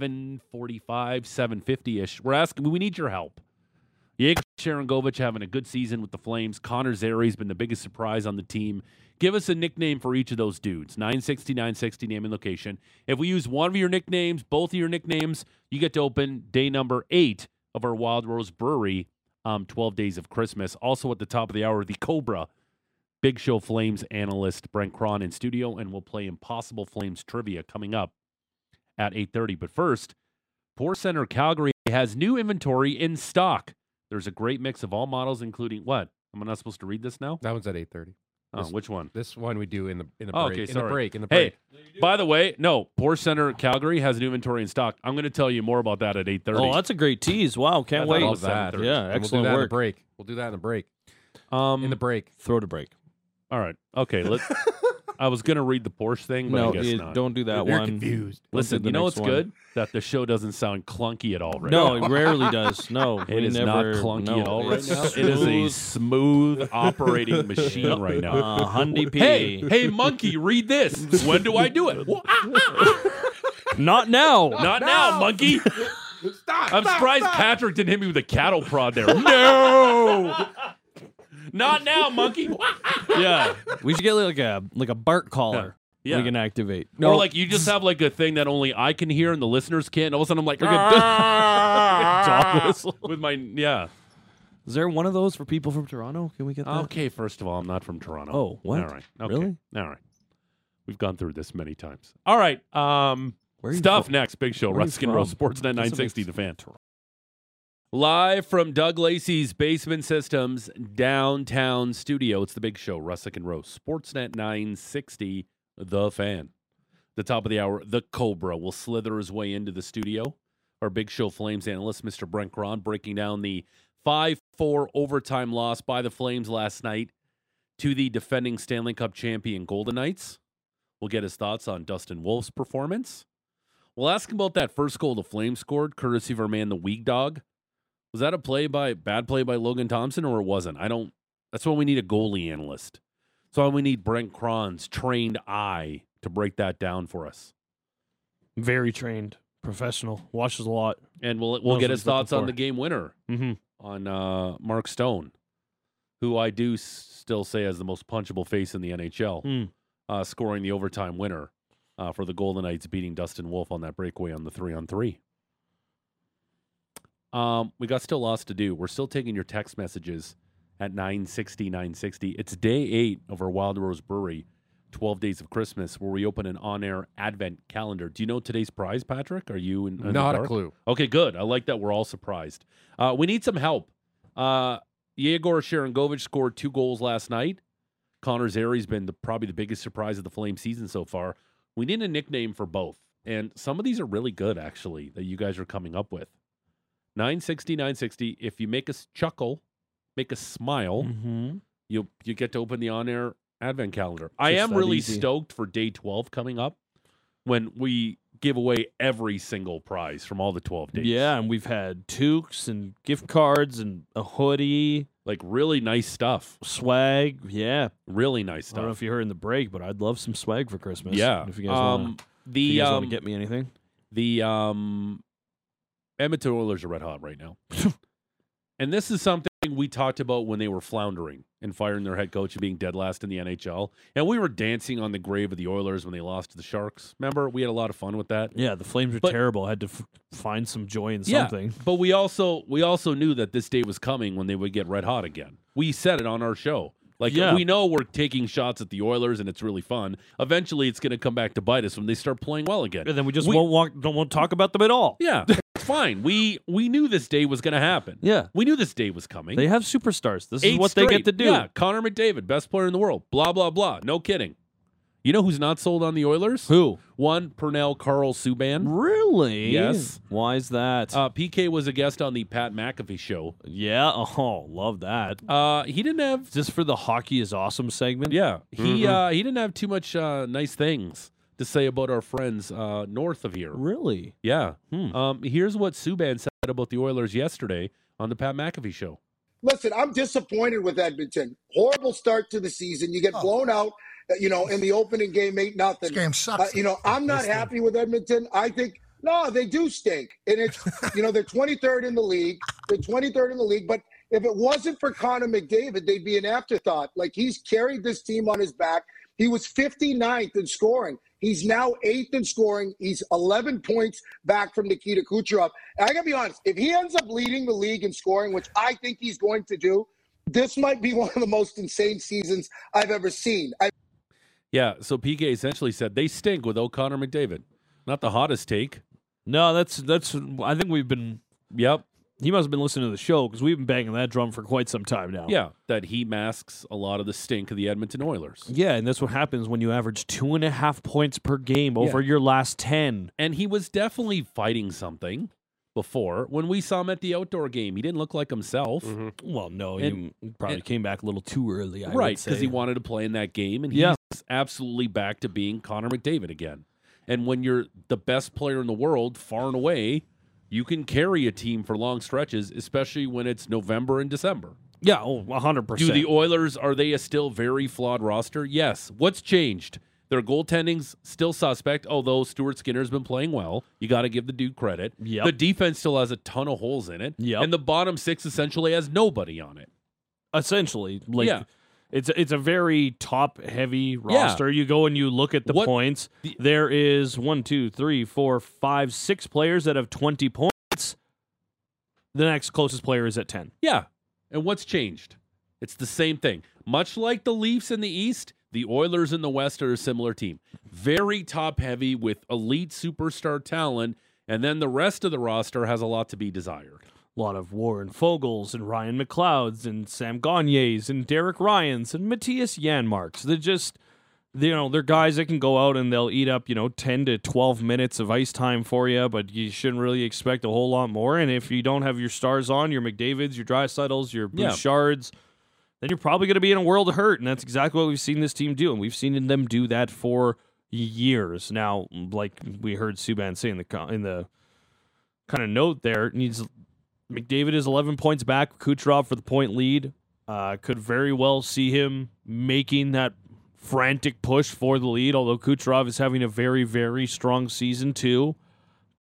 Speaker 2: 7:45, 7:50ish. We're asking we need your help. Yegor Sharangovich having a good season with the Flames. Connor Zeri's been the biggest surprise on the team. Give us a nickname for each of those dudes. 960, 960, name and location. If we use one of your nicknames, both of your nicknames, you get to open day number eight of our Wild Rose Brewery, um, 12 Days of Christmas. Also at the top of the hour, the Cobra, Big Show Flames analyst Brent Cron in studio, and we'll play Impossible Flames trivia coming up at 8.30. But first, Poor Center Calgary has new inventory in stock. There's a great mix of all models, including what? Am I not supposed to read this now?
Speaker 3: That one's at eight thirty.
Speaker 2: Oh, which one?
Speaker 3: This one we do in the in the
Speaker 2: Oh,
Speaker 3: break.
Speaker 2: okay,
Speaker 3: in
Speaker 2: sorry.
Speaker 3: the break. In the break.
Speaker 2: Hey, by the way, no, Poor Center Calgary has an inventory in stock. I'm going to tell you more about that at 8:30.
Speaker 4: Oh, that's a great tease. Wow,
Speaker 2: I thought
Speaker 4: can't wait.
Speaker 2: it
Speaker 3: Love
Speaker 2: was
Speaker 3: that.
Speaker 2: 7:30.
Speaker 4: Yeah,
Speaker 3: And
Speaker 4: excellent
Speaker 3: we'll do that In the
Speaker 4: work.
Speaker 3: break. We'll do that in the break.
Speaker 2: um,
Speaker 3: In the break.
Speaker 4: Throw to break.
Speaker 2: all right, okay.
Speaker 3: *laughs*
Speaker 2: Let, I was going to read the Porsche thing, but
Speaker 4: no,
Speaker 2: I guess
Speaker 4: you
Speaker 2: not.
Speaker 4: don't do that one. confused.
Speaker 2: Listen, you know what's *laughs* good? That the show doesn't sound clunky at all right
Speaker 4: No,
Speaker 2: now.
Speaker 4: it rarely does. No,
Speaker 2: *laughs* It is not clunky at all right now. *laughs* It is a
Speaker 4: a
Speaker 2: smooth
Speaker 4: *laughs*
Speaker 2: operating machine right now.
Speaker 4: uh, Hyundai P.
Speaker 2: Hey, hey, monkey, read this. When do I do
Speaker 4: *laughs*
Speaker 2: it? Well, ah, ah, ah.
Speaker 4: Not
Speaker 2: *laughs*
Speaker 4: now.
Speaker 2: Not now,
Speaker 4: *laughs*
Speaker 2: monkey. I'm surprised Patrick didn't hit me with a cattle prod
Speaker 4: *laughs*
Speaker 2: there. no. Not now,
Speaker 4: *laughs*
Speaker 2: monkey.
Speaker 4: yeah, we should get like a like a bark collar.
Speaker 2: Yeah.
Speaker 4: we can activate.
Speaker 2: Or like you just have like a thing that only I can hear and the listeners can't. All of a *laughs* sudden I'm like,
Speaker 4: *laughs* dog whistle.
Speaker 2: with my yeah.
Speaker 4: Is there one of those for people from Toronto? Can we get that?
Speaker 2: Okay, first of all, I'm not from Toronto.
Speaker 4: Oh, what?
Speaker 2: All right. Okay.
Speaker 4: Really?
Speaker 2: All right. We've gone through this many times. All right. Um
Speaker 4: Where are you
Speaker 2: Stuff
Speaker 4: from?
Speaker 2: next, Big Show,
Speaker 4: Where are you
Speaker 2: Ruskin Row,
Speaker 4: from?
Speaker 2: Sportsnet
Speaker 4: Doesn't make
Speaker 2: 960, The Fan. Live from Doug Lacey's Basement Systems downtown studio. It's The Big Show, Russick and Rose, Sportsnet 960, The Fan. The top of the hour, The Cobra will slither his way into the studio. Our Big Show Flames analyst, Mr. Brent Cron, breaking down the 5 4 overtime loss by the Flames last night to the defending Stanley Cup champion Golden Knights. We'll get his thoughts on Dustin Wolf's performance. We'll ask him about that first goal the Flames scored, courtesy of our man, the Weak Dog. Was that a play by bad play by Logan Thompson, or it wasn't? I don't. That's why we need a goalie analyst. That's why we need Brent Cron's trained eye to break that down for us.
Speaker 4: Very trained, professional, watches a lot.
Speaker 2: And we'll we'll
Speaker 4: Knows
Speaker 2: get
Speaker 4: what
Speaker 2: his
Speaker 4: he's looking
Speaker 2: thoughts on
Speaker 4: for.
Speaker 2: the game winner
Speaker 4: Mm-hmm.
Speaker 2: on uh, Mark Stone, who I do s- still say has the most punchable face in the NHL,
Speaker 4: Hmm.
Speaker 2: uh, scoring the overtime winner uh, for the Golden Knights, beating Dustin Wolf on that breakaway on the three on three. Um, we got still lots to do. We're still taking your text messages at 960, 960. It's day eight of our Wild Rose Brewery, 12 Days of Christmas, where we open an on air advent calendar. Do you know today's prize, Patrick? Are you in, in the
Speaker 3: Not a
Speaker 2: dark?
Speaker 3: clue.
Speaker 2: Okay, good. I like that we're all surprised. Uh, we need some help. Uh, Yegor Sharangovich scored two goals last night. Connor Zeri's been the, probably the biggest surprise of the Flame season so far. We need a nickname for both. And some of these are really good, actually, that you guys are coming up with. 960, 960. If you make us chuckle, make us smile,
Speaker 4: Mm-hmm.
Speaker 2: you you get to open the on air advent calendar. I
Speaker 4: Just
Speaker 2: am
Speaker 4: that
Speaker 2: really
Speaker 4: easy.
Speaker 2: stoked for day twelve coming up when we give away every single prize from all the twelve days.
Speaker 4: Yeah, and we've had toques and gift cards and a hoodie,
Speaker 2: like really nice stuff.
Speaker 4: swag. Yeah,
Speaker 2: Really nice
Speaker 4: I don't know
Speaker 2: stuff.
Speaker 4: if you heard in the break, but I'd love some swag for Christmas.
Speaker 2: yeah.
Speaker 4: if you guys
Speaker 2: um,
Speaker 4: want to
Speaker 2: the um,
Speaker 4: get me anything.
Speaker 2: the um, Edmonton Oilers are red hot right now, *laughs* and this is something we talked about when they were floundering and firing their head coach and being dead last in the NHL, and we were dancing on the grave of the Oilers when they lost to the Sharks. Remember, we had a lot of fun with that.
Speaker 4: Yeah, the Flames are
Speaker 2: But-
Speaker 4: terrible. I had to f- find some joy in
Speaker 2: Yeah.
Speaker 4: something.
Speaker 2: But we also we also knew that this day was coming when they would get red hot again. We said it on our show. Like
Speaker 4: Yeah.
Speaker 2: we know we're taking shots at the Oilers and it's really fun. Eventually, it's going to come back to bite us when they start playing well again.
Speaker 4: And then we just won't walk, don't want to talk about them at all. *laughs*
Speaker 2: Yeah, it's fine. We we knew this day was going to happen.
Speaker 4: Yeah.
Speaker 2: we knew this day was coming.
Speaker 4: They have superstars. This is
Speaker 2: Eight
Speaker 4: what they get
Speaker 2: straight.
Speaker 4: to do.
Speaker 2: Yeah, Connor McDavid, best player in the world. Blah blah blah. No kidding. You know who's not sold on the Oilers?
Speaker 4: Who?
Speaker 2: One Purnell Carl Subban.
Speaker 4: Really?
Speaker 2: Yes.
Speaker 4: Why is that?
Speaker 2: Uh, PK was a guest on the Pat McAfee show.
Speaker 4: yeah. *laughs* Oh, love that.
Speaker 2: Uh, he didn't have
Speaker 4: Just for the hockey is awesome segment.
Speaker 2: yeah
Speaker 4: Mm-hmm.
Speaker 2: he uh, he didn't have too much uh, nice things to say about our friends uh, north of here.
Speaker 4: Really?
Speaker 2: Yeah.
Speaker 4: Hmm.
Speaker 2: Um, here's what Subban said about the Oilers yesterday on the Pat McAfee show.
Speaker 10: listen, I'm disappointed with Edmonton. Horrible start to the season. You get blown out, uh, you know, in the opening game, eight nothing. game sucks. you know, I'm not happy with Edmonton. I think no, they do stink, and it's you know they're 23rd in the league. They're 23rd in the league, but if it wasn't for Connor McDavid, they'd be an afterthought. Like he's carried this team on his back. He was 59th in scoring. He's now eighth in scoring. He's 11 points back from Nikita Kucherov. And I gotta be honest, if he ends up leading the league in scoring, which I think he's going to do, this might be *laughs* one of the most insane seasons I've ever seen. I
Speaker 2: Yeah, so PK essentially said they stink with O'Connor McDavid. Not the hottest take.
Speaker 4: No, that's that's. I think we've been.
Speaker 2: Yep.
Speaker 4: He must have been listening to the show because we've been banging that drum for quite some time now.
Speaker 2: Yeah, that he masks a lot of the stink of the Edmonton Oilers.
Speaker 4: Yeah, and that's what happens when you average two and a half points per game over your last ten.
Speaker 2: And he was definitely fighting something before. When we saw him at the outdoor game, he didn't look like himself.
Speaker 4: Mm-hmm. Well, no,
Speaker 2: And-
Speaker 4: you probably
Speaker 2: and-
Speaker 4: came back a little too early. I
Speaker 2: right,
Speaker 4: because
Speaker 2: because he wanted to play in that game, and
Speaker 4: Yeah.
Speaker 2: he's absolutely back to being Connor McDavid again. And when you're the best player in the world, far and away, you can carry a team for long stretches, especially when it's November and December.
Speaker 4: Yeah, oh, one hundred
Speaker 2: Do
Speaker 4: percent.
Speaker 2: the Oilers are they a still very flawed roster? Yes. What's changed? Their goaltending's still suspect, although Stuart Skinner's been playing well. You got to give the dude credit.
Speaker 4: Yep.
Speaker 2: The defense still has a ton of holes in it.
Speaker 4: Yep.
Speaker 2: And the bottom six essentially has nobody on it.
Speaker 4: essentially like
Speaker 2: Yeah.
Speaker 4: it's it's a very top heavy roster. You go and you look at the
Speaker 2: What-
Speaker 4: points. there is one, two, three, four, five, six players that have twenty points. The next closest player is at ten.
Speaker 2: Yeah. And what's changed? It's the same thing. Much like the Leafs in the East, the Oilers in the West are a similar team. Very top heavy with elite superstar talent, and then the rest of the roster has a lot to be desired.
Speaker 4: A lot of Warren Fogels and Ryan McLeods and Sam Gagne's and Derek Ryans and Matthias Yanmarks. They're just you know, they're guys that can go out and they'll eat up, you know, 10 to 12 minutes of ice time for you, but you shouldn't really expect a whole lot more. And if you don't have your stars on, your McDavids, your dry settles, your
Speaker 2: Yeah.
Speaker 4: Bouchards, then you're probably going to be in a world of hurt. And that's exactly what we've seen this team do. And we've seen them do that for years. Now, like we heard Subban say in the, co- in the kind of note there, needs McDavid is 11 points back. Kucherov for the point lead. Uh, could very well see him making that frantic push for the lead, although Kucherov is having a very, very strong season too.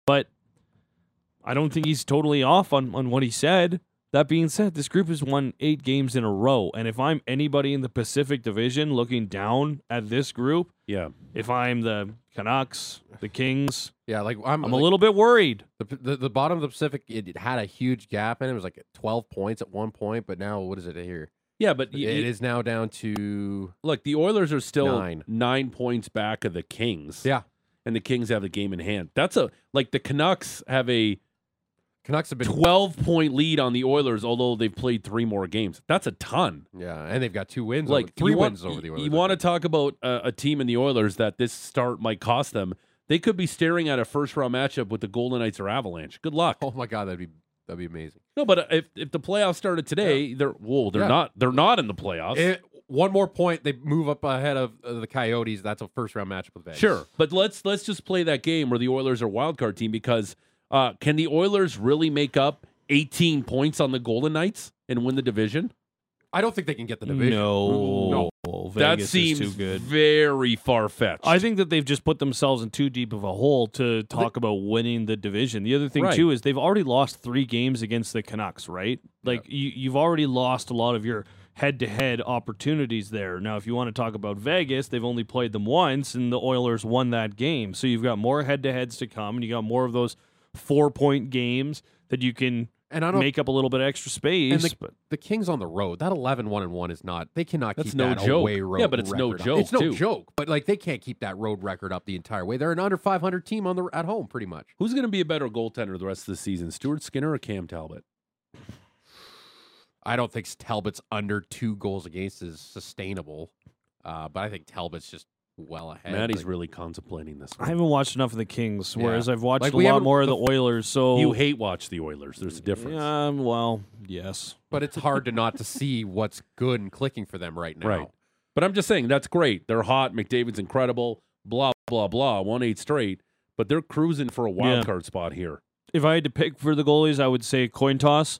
Speaker 4: But I don't think he's totally off on, on what he said. That being said, this group has won eight games in a row. And if I'm anybody in the Pacific Division looking down at this group,
Speaker 2: Yeah.
Speaker 4: if I'm the Canucks, the Kings,
Speaker 3: Yeah, like I'm,
Speaker 4: I'm a
Speaker 3: like,
Speaker 4: little bit worried.
Speaker 3: The, the, the bottom of the Pacific, it, it had a huge gap in it. It was like 12 points at one point, but now what is it here?
Speaker 2: Yeah, but y-
Speaker 3: it
Speaker 2: y-
Speaker 3: is now down to
Speaker 2: Look, the Oilers are still nine.
Speaker 3: Nine.
Speaker 2: points back of the Kings.
Speaker 3: yeah.
Speaker 2: And the Kings have the game in hand. That's a like the Canucks have a
Speaker 3: Canucks have been
Speaker 2: twelve point lead on the Oilers, although they've played three more games. That's a ton.
Speaker 3: yeah, and they've got two wins,
Speaker 2: Like
Speaker 3: over, three
Speaker 2: you want-
Speaker 3: wins over the
Speaker 2: you-
Speaker 3: Oilers.
Speaker 2: You want to talk about a, a team in the Oilers that this start might cost them? They could be staring at a first round matchup with the Golden Knights or Avalanche. Good luck.
Speaker 3: Oh my god, that'd be that'd be amazing.
Speaker 2: No, but if if the playoffs started today, they're whoa, they're
Speaker 3: Yeah. Eh.
Speaker 2: not they're not in the playoffs.
Speaker 3: It, one more point, they move up ahead of uh, the Coyotes. That's a first round matchup with Vegas.
Speaker 2: Sure, but let's let's just play that game where the Oilers are wild card team because uh, can the Oilers really make up 18 points on the Golden Knights and win the division?
Speaker 3: I don't think they can get the division.
Speaker 4: No,
Speaker 2: that
Speaker 4: Vegas
Speaker 2: seems
Speaker 4: is too good.
Speaker 2: very far fetched.
Speaker 4: I think that they've just put themselves in too deep of a hole to talk about winning the division. The other thing
Speaker 2: Right.
Speaker 4: too is they've already lost three games against the Canucks, right? Like you, you've already lost a lot of your head-to-head opportunities there. Now, if you want to talk about Vegas, they've only played them once, and the Oilers won that game. So you've got more head-to-heads to come, and you got more of those four-point games that you can
Speaker 3: And I don't
Speaker 4: make up a little bit of extra space.
Speaker 3: And the,
Speaker 4: but
Speaker 3: the Kings on the road, that 11 1 and 1 is not, they cannot
Speaker 2: That's
Speaker 3: keep
Speaker 2: no
Speaker 3: that
Speaker 2: joke.
Speaker 3: away road
Speaker 2: Yeah, but it's no
Speaker 3: record up.
Speaker 2: joke,
Speaker 3: It's no
Speaker 2: too.
Speaker 3: joke, but like they can't keep that road record up the entire way. They're an under 500 team on the at home, pretty much.
Speaker 2: Who's going to be a better goaltender the rest of the season, Stuart Skinner or Cam Talbot?
Speaker 3: I don't think Talbot's under two goals against is sustainable, uh, but I think Talbot's just well ahead.
Speaker 2: Maddie's
Speaker 3: Like,
Speaker 2: really contemplating this.
Speaker 4: I haven't watched enough of the Kings,
Speaker 3: Yeah.
Speaker 4: whereas I've watched
Speaker 3: Like,
Speaker 4: a
Speaker 3: we
Speaker 4: lot
Speaker 3: haven't-
Speaker 4: more of the Oilers. So
Speaker 2: You hate watch the Oilers. There's a difference.
Speaker 4: Um, well, yes.
Speaker 3: but it's hard to not to see *laughs* what's good and clicking for them right now.
Speaker 2: Right. But I'm just saying that's great. They're hot. McDavid's incredible. Blah blah blah. One eight straight. But they're cruising for a wild
Speaker 4: Yeah.
Speaker 2: card spot here.
Speaker 4: If I had to pick for the goalies, I would say coin toss.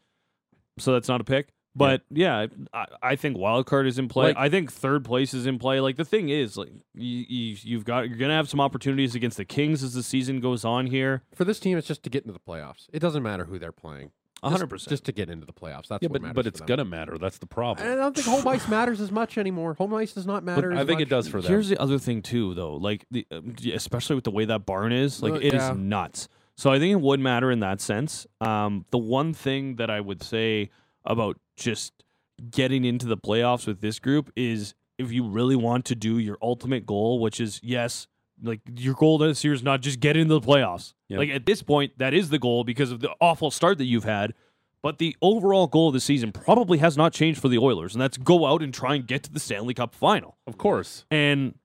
Speaker 4: So that's not a pick. But yeah, I, I think wild card is in play.
Speaker 2: Like-
Speaker 4: I think third place is in play. Like the thing is, like you, you you've got you're gonna have some opportunities against the Kings as the season goes on here.
Speaker 3: For this team, it's just to get into the playoffs. It doesn't matter who they're playing.
Speaker 4: A
Speaker 3: Just-
Speaker 4: hundred percent.
Speaker 3: Just to get into the playoffs. That's
Speaker 2: yeah,
Speaker 3: what
Speaker 2: but
Speaker 3: matters.
Speaker 2: but
Speaker 3: for
Speaker 2: it's
Speaker 3: them.
Speaker 2: gonna matter. That's the problem.
Speaker 3: And I don't think home ice matters as much anymore. Home ice does not matter.
Speaker 2: I
Speaker 3: as
Speaker 2: think
Speaker 3: much.
Speaker 2: it does for them.
Speaker 4: Here's the other thing too, though. Like, the, um, yeah, especially with the way that barn is,
Speaker 2: Oh,
Speaker 4: like
Speaker 3: Uh,
Speaker 4: it is
Speaker 3: yeah.
Speaker 4: nuts. So I think it would matter in that sense. Um, the one thing that I would say about just getting into the playoffs with this group is if you really want to do your ultimate goal, which is yes, like your goal this year is not just get into the playoffs.
Speaker 2: Yeah.
Speaker 4: Like at this point, that is the goal because of the awful start that you've had. But the overall goal of the season probably has not changed for the Oilers, and that's go out and try and get to the Stanley Cup final.
Speaker 2: of course.
Speaker 4: And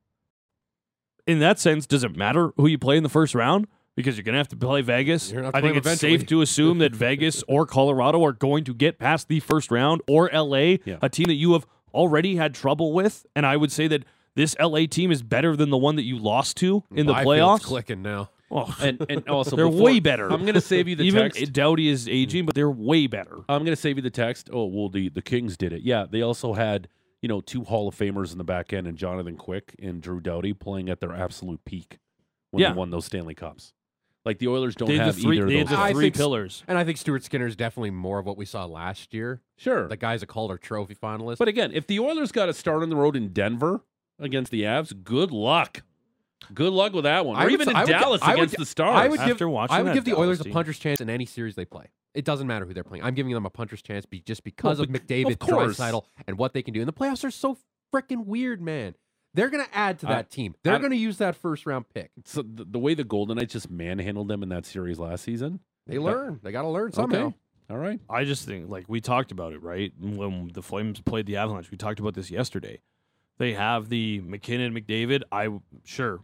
Speaker 4: in that sense, does it matter who you play in the first round? Because you're going to have to play Vegas.
Speaker 3: You're gonna have to
Speaker 4: I think
Speaker 3: play 'em
Speaker 4: it's safe
Speaker 3: eventually.
Speaker 4: to
Speaker 2: *laughs*
Speaker 4: assume that Vegas or Colorado are going to get past the first round or LA,
Speaker 2: Yeah.
Speaker 4: a team that you have already had trouble with. And I would say that this LA team is better than the one that you lost to in the
Speaker 3: Byfield's
Speaker 4: playoffs.
Speaker 3: clicking now.
Speaker 4: Oh,
Speaker 2: And
Speaker 4: *laughs*
Speaker 2: and also
Speaker 4: they're
Speaker 2: before-
Speaker 4: way better.
Speaker 2: I'm gonna save you the
Speaker 4: *laughs* Even
Speaker 2: text.
Speaker 4: Doughty is aging, but they're way better.
Speaker 2: I'm gonna save you the text. Oh well, the the Kings did it. Yeah, they also had you know two Hall of Famers in the back end and Jonathan Quick and Drew Doughty playing at their absolute peak when
Speaker 4: Yeah.
Speaker 2: they won those Stanley Cups. Like the Oilers don't
Speaker 4: They had
Speaker 2: have
Speaker 4: the three,
Speaker 2: either
Speaker 4: they
Speaker 2: of
Speaker 4: had
Speaker 2: those.
Speaker 4: the
Speaker 3: I
Speaker 2: guys.
Speaker 4: three
Speaker 3: think s-
Speaker 4: pillars.
Speaker 3: And I think Stuart Skinner is definitely more of what we saw last year.
Speaker 2: Sure,
Speaker 3: The guy's a Calder Trophy finalist.
Speaker 2: But again, if the Oilers got a start on the road in Denver against the Avs, good luck. Good luck with that one.
Speaker 3: I
Speaker 2: or
Speaker 3: would
Speaker 2: even
Speaker 3: s-
Speaker 2: in
Speaker 3: I would gi-
Speaker 2: Dallas
Speaker 3: I would
Speaker 2: against
Speaker 3: gi-
Speaker 2: the Stars.
Speaker 3: I would give,
Speaker 4: After watching
Speaker 3: I would
Speaker 4: that
Speaker 3: give the
Speaker 4: Dallas
Speaker 3: Oilers a
Speaker 4: team.
Speaker 3: punter's chance in any series they play. It doesn't matter who they're playing. I'm giving them a punter's chance be, just because
Speaker 2: Well,
Speaker 3: of
Speaker 2: bec-
Speaker 3: McDavid,
Speaker 2: of course.
Speaker 3: Draisaitl, and what they can do. And the playoffs are so freaking weird, man. They're gonna add to
Speaker 2: I-
Speaker 3: that team. They're
Speaker 2: I-
Speaker 3: gonna use that first round pick.
Speaker 2: So the, the way the Golden Knights just manhandled them in that series last season.
Speaker 3: They learn. They gotta learn somehow.
Speaker 2: Okay. All right.
Speaker 4: I just think like we talked about it, right? When the Flames played the Avalanche, we talked about this yesterday. They have the McKinnon McDavid. I sure.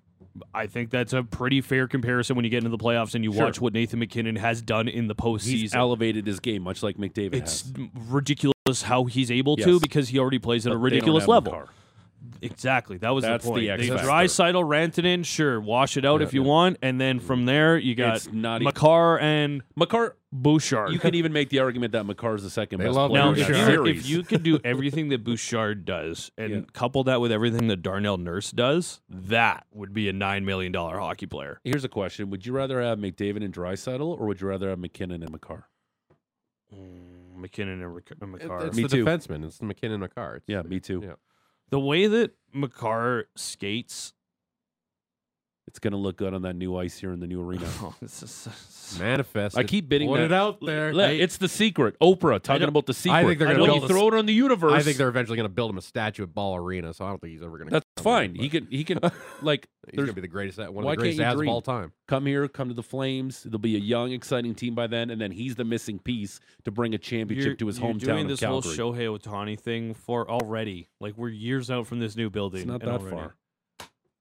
Speaker 4: I think that's a pretty fair comparison when you get into the playoffs and you
Speaker 2: Sure.
Speaker 4: watch what Nathan McKinnon has done in the
Speaker 2: He's
Speaker 4: postseason.
Speaker 2: elevated his game, much like McDavid
Speaker 4: it's
Speaker 2: has.
Speaker 4: ridiculous how he's able to
Speaker 2: Yes.
Speaker 4: because he already plays at a
Speaker 2: But they don't
Speaker 4: ridiculous
Speaker 2: have
Speaker 4: level.
Speaker 2: Makar.
Speaker 4: Exactly. That was
Speaker 2: That's
Speaker 4: the
Speaker 2: the
Speaker 4: point.
Speaker 2: X
Speaker 4: they
Speaker 2: factor.
Speaker 4: dry sidle Rantanen, sure, wash it out if you want, and then from there you got
Speaker 2: It's not even-
Speaker 4: Makar and
Speaker 2: Makar,
Speaker 4: Bouchard.
Speaker 2: you can even make the argument that Makar's the second
Speaker 3: They
Speaker 2: best
Speaker 3: love
Speaker 2: player
Speaker 4: Now,
Speaker 2: in
Speaker 4: if
Speaker 2: that
Speaker 3: Bouchard.
Speaker 4: you,
Speaker 2: series.
Speaker 4: if you
Speaker 2: *laughs*
Speaker 4: could do everything that Bouchard does and
Speaker 2: Yeah.
Speaker 4: couple that with everything that Darnell Nurse does, that would be a $9 million hockey player.
Speaker 2: Here's a question. Would you rather have McDavid and Drysettle or would you rather have McKinnon and McCarr?
Speaker 4: Mm, McKinnon and, Ric- and
Speaker 3: It-
Speaker 4: McCarr.
Speaker 3: it's
Speaker 2: Me
Speaker 3: the
Speaker 2: too.
Speaker 3: defenseman. It's the McKinnon McCarr. It's-
Speaker 2: Yeah, me too.
Speaker 3: Yeah.
Speaker 4: the way that McCarr skates, *laughs*
Speaker 2: It's going to look good on that new ice here in the new
Speaker 3: *laughs*
Speaker 2: arena.
Speaker 4: oh, this is-
Speaker 3: Manifest.
Speaker 2: I keep bidding
Speaker 3: Put
Speaker 2: that-
Speaker 3: it out there.
Speaker 2: Le- it's the secret. Oprah talking
Speaker 4: don't-
Speaker 2: about the secret.
Speaker 3: I think they're gonna
Speaker 2: when
Speaker 3: build
Speaker 2: you
Speaker 3: a-
Speaker 2: throw it on the universe.
Speaker 3: I think they're eventually gonna build him a statue at Ball Arena, so I don't think he's ever gonna.
Speaker 2: that's
Speaker 3: come
Speaker 2: fine.
Speaker 3: there,
Speaker 2: He
Speaker 3: but
Speaker 2: can he
Speaker 3: *laughs*
Speaker 2: can like
Speaker 3: He's
Speaker 2: there's
Speaker 3: gonna be the greatest. One of
Speaker 2: Why
Speaker 3: the
Speaker 2: can't
Speaker 3: greatest
Speaker 2: you
Speaker 3: ads of
Speaker 2: dream?
Speaker 3: all time.
Speaker 2: come here, come to the Flames. There'll be a young, exciting team by then, and then he's the missing piece to bring a championship
Speaker 4: you're,
Speaker 2: to his
Speaker 4: you're
Speaker 2: hometown
Speaker 4: doing
Speaker 2: of
Speaker 4: this
Speaker 2: Calgary.
Speaker 4: whole Shohei Otani thing for already. Like, we're years out from this new building.
Speaker 2: it's not
Speaker 4: and
Speaker 2: that
Speaker 4: already-
Speaker 2: far.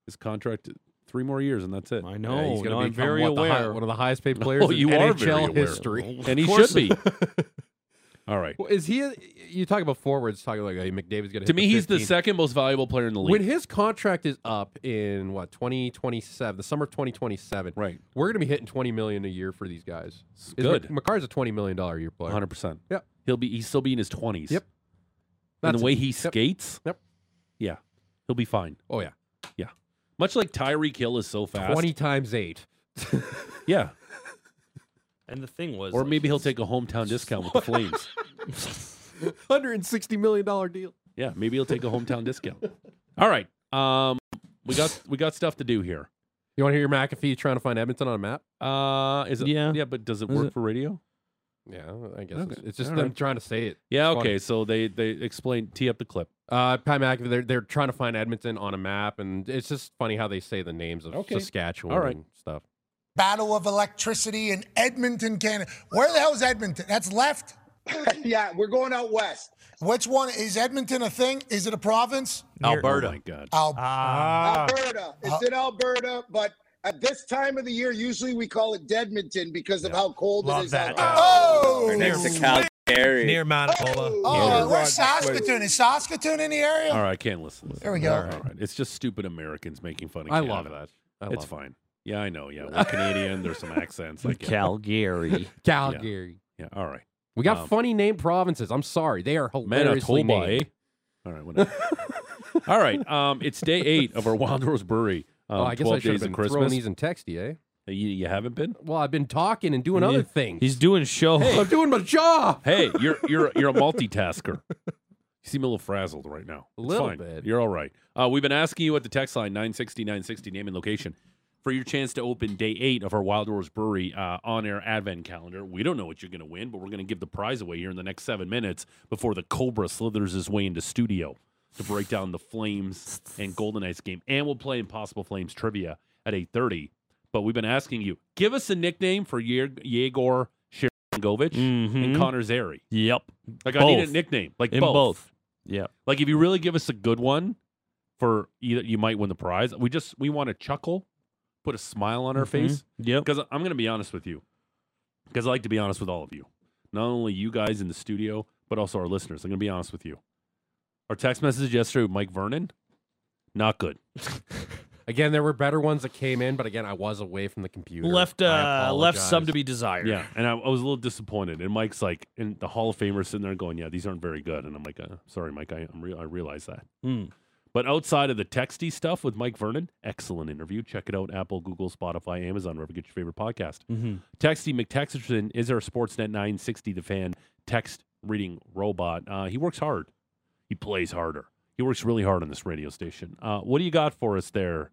Speaker 2: His contract three more years, and that's it.
Speaker 4: I
Speaker 3: Yeah,
Speaker 4: know.
Speaker 3: he's gonna
Speaker 4: no, I'm
Speaker 3: become
Speaker 4: very
Speaker 3: what the hi-
Speaker 4: aware.
Speaker 3: one of the highest *laughs* paid players
Speaker 2: Oh,
Speaker 3: in
Speaker 2: you are
Speaker 3: NHL
Speaker 2: very aware.
Speaker 3: history.
Speaker 2: and he should be. *laughs* All right.
Speaker 3: *laughs* Well, is he? You talk about forwards. Talking like hey, McDavid's gonna.
Speaker 2: to
Speaker 3: hit
Speaker 2: me, he's the
Speaker 3: 15.
Speaker 2: second most valuable player in the league.
Speaker 3: When his contract is up in what 2027, the summer of 2027,
Speaker 2: right.
Speaker 3: we're gonna be hitting 20 million a year for these guys.
Speaker 2: It's
Speaker 3: Is
Speaker 2: good.
Speaker 3: Mc- McCarr's a 20 million dollar a year player.
Speaker 2: Hundred percent.
Speaker 3: Yep.
Speaker 2: He'll be he's still be in his twenties.
Speaker 3: Yep.
Speaker 2: And
Speaker 3: That's
Speaker 2: the
Speaker 3: it.
Speaker 2: way he
Speaker 3: Yep.
Speaker 2: skates.
Speaker 3: Yep.
Speaker 2: Yeah. He'll be fine.
Speaker 3: Oh yeah,
Speaker 2: Much like Tyreek Hill is so fast.
Speaker 3: 20 times eight. *laughs*
Speaker 2: Yeah.
Speaker 4: And the thing was.
Speaker 2: Or
Speaker 4: like,
Speaker 2: maybe he'll take a hometown discount with the
Speaker 3: *laughs*
Speaker 2: Flames.
Speaker 3: 160 million dollar deal.
Speaker 2: Yeah, maybe he'll take a hometown discount. All right. Um we got we got stuff to do here.
Speaker 3: You want to hear your McAfee trying to find Edmonton on a map?
Speaker 2: Uh is it
Speaker 4: Yeah.
Speaker 2: yeah, but does it
Speaker 4: Is
Speaker 2: work
Speaker 4: it-
Speaker 2: for radio?
Speaker 3: Yeah, I guess
Speaker 2: Okay.
Speaker 3: it's, it's just
Speaker 2: All
Speaker 3: them
Speaker 2: right.
Speaker 3: trying to say it.
Speaker 2: Yeah,
Speaker 3: It's funny.
Speaker 2: okay. So they they explain tee up the clip.
Speaker 3: Uh, Pat McAfee, they're, they're trying to find Edmonton on a map, and it's just funny how they say the names of
Speaker 2: Okay.
Speaker 3: Saskatchewan
Speaker 2: All right.
Speaker 3: and stuff.
Speaker 11: Battle of electricity in Edmonton, Canada. Where the hell is Edmonton? That's left.
Speaker 10: *laughs* yeah, we're going out west.
Speaker 11: Which one is Edmonton a thing? Is it a province? Uh,
Speaker 2: Oh my god.
Speaker 11: Al-
Speaker 4: ah,
Speaker 10: Uh, Alberta. It's in Alberta, but at this time of the year, usually we call it Deadmonton because of how cold it
Speaker 12: Love
Speaker 10: is.
Speaker 12: that.
Speaker 10: out
Speaker 11: Oh,
Speaker 12: next to Calgary, near Manitoba.
Speaker 11: Oh, where's Saskatoon? Is Saskatoon in the area?
Speaker 2: All right, I can't listen. to
Speaker 11: There we
Speaker 2: this.
Speaker 11: go.
Speaker 2: All right. all right. It's just stupid Americans making fun of.
Speaker 3: I
Speaker 2: Canada.
Speaker 3: love that. I
Speaker 2: it's
Speaker 3: love
Speaker 2: fine. Yeah, I know. Yeah, we're Canadian. There's some accents. I get it.
Speaker 4: Calgary.
Speaker 3: Calgary.
Speaker 2: Yeah. All right.
Speaker 3: We got
Speaker 2: Um,
Speaker 3: funny named provinces. I'm sorry, they are hilariously
Speaker 2: Manitoba. Eh?
Speaker 3: named.
Speaker 2: All right.
Speaker 3: *laughs*
Speaker 2: Whatever. all right. Um, it's day eight of our Wild Rose Brewery. Um,
Speaker 3: oh, I guess
Speaker 2: 12
Speaker 3: I
Speaker 2: days
Speaker 3: should have
Speaker 2: of
Speaker 3: been throwing
Speaker 2: Christmas.
Speaker 3: these in text, you, eh?
Speaker 2: You, you haven't been.
Speaker 3: Well, I've been talking and doing other things.
Speaker 4: He's doing show.
Speaker 3: *laughs* I'm doing my job.
Speaker 2: Hey, you're you're you're a multitasker. You seem a little frazzled right now.
Speaker 3: A
Speaker 2: It's
Speaker 3: little
Speaker 2: fine.
Speaker 3: bit.
Speaker 2: You're all right. Uh, we've been asking you at the text line 960 960 name and location for your chance to open day eight of our Wild Rose Brewery uh, on air advent calendar. We don't know what you're going to win, but we're going to give the prize away here in the next seven minutes before the Cobra slithers his way into studio to break down the Flames and Golden Knights game, and we'll play Impossible Flames trivia at 8:30. But we've been asking you, give us a nickname for Ye- Yegor Sharangovich and
Speaker 4: Mhm.
Speaker 2: Connor Zary.
Speaker 4: Yep.
Speaker 2: Like I need a
Speaker 4: Both.
Speaker 2: nickname. Like
Speaker 4: In
Speaker 2: both.
Speaker 4: both. Yep.
Speaker 2: Like if you really give us a good one for either you might win the prize. We just we want to chuckle, put a smile on our
Speaker 4: Mhm.
Speaker 2: face.
Speaker 4: Yep.
Speaker 2: Because I'm gonna be honest with you. Because I like to be honest with all of you. Not only you guys in the studio, but also our listeners. I'm gonna be honest with you. Our text message yesterday with Mike Vernon, not good.
Speaker 3: Again, there were better ones that came in, but again, I was away from the computer.
Speaker 4: Left
Speaker 3: I
Speaker 4: uh, left some
Speaker 3: apologize.
Speaker 4: to be desired.
Speaker 2: Yeah, and I, I was a little disappointed. And Mike's like, and the Hall of Famer's sitting there going, "Yeah, these aren't very good." And I'm like, uh, "Sorry, Mike, I I'm real I realize that."
Speaker 4: Mm.
Speaker 2: But outside of the texty stuff with Mike Vernon, excellent interview. Check it out: Apple, Google, Spotify, Amazon, wherever you get your favorite podcast.
Speaker 4: Mhm.
Speaker 2: Texty McTexerson is our Sportsnet 960 The Fan text reading robot. Uh, he works hard. He plays harder. He works really hard on this radio station. Uh, what do you got for us there,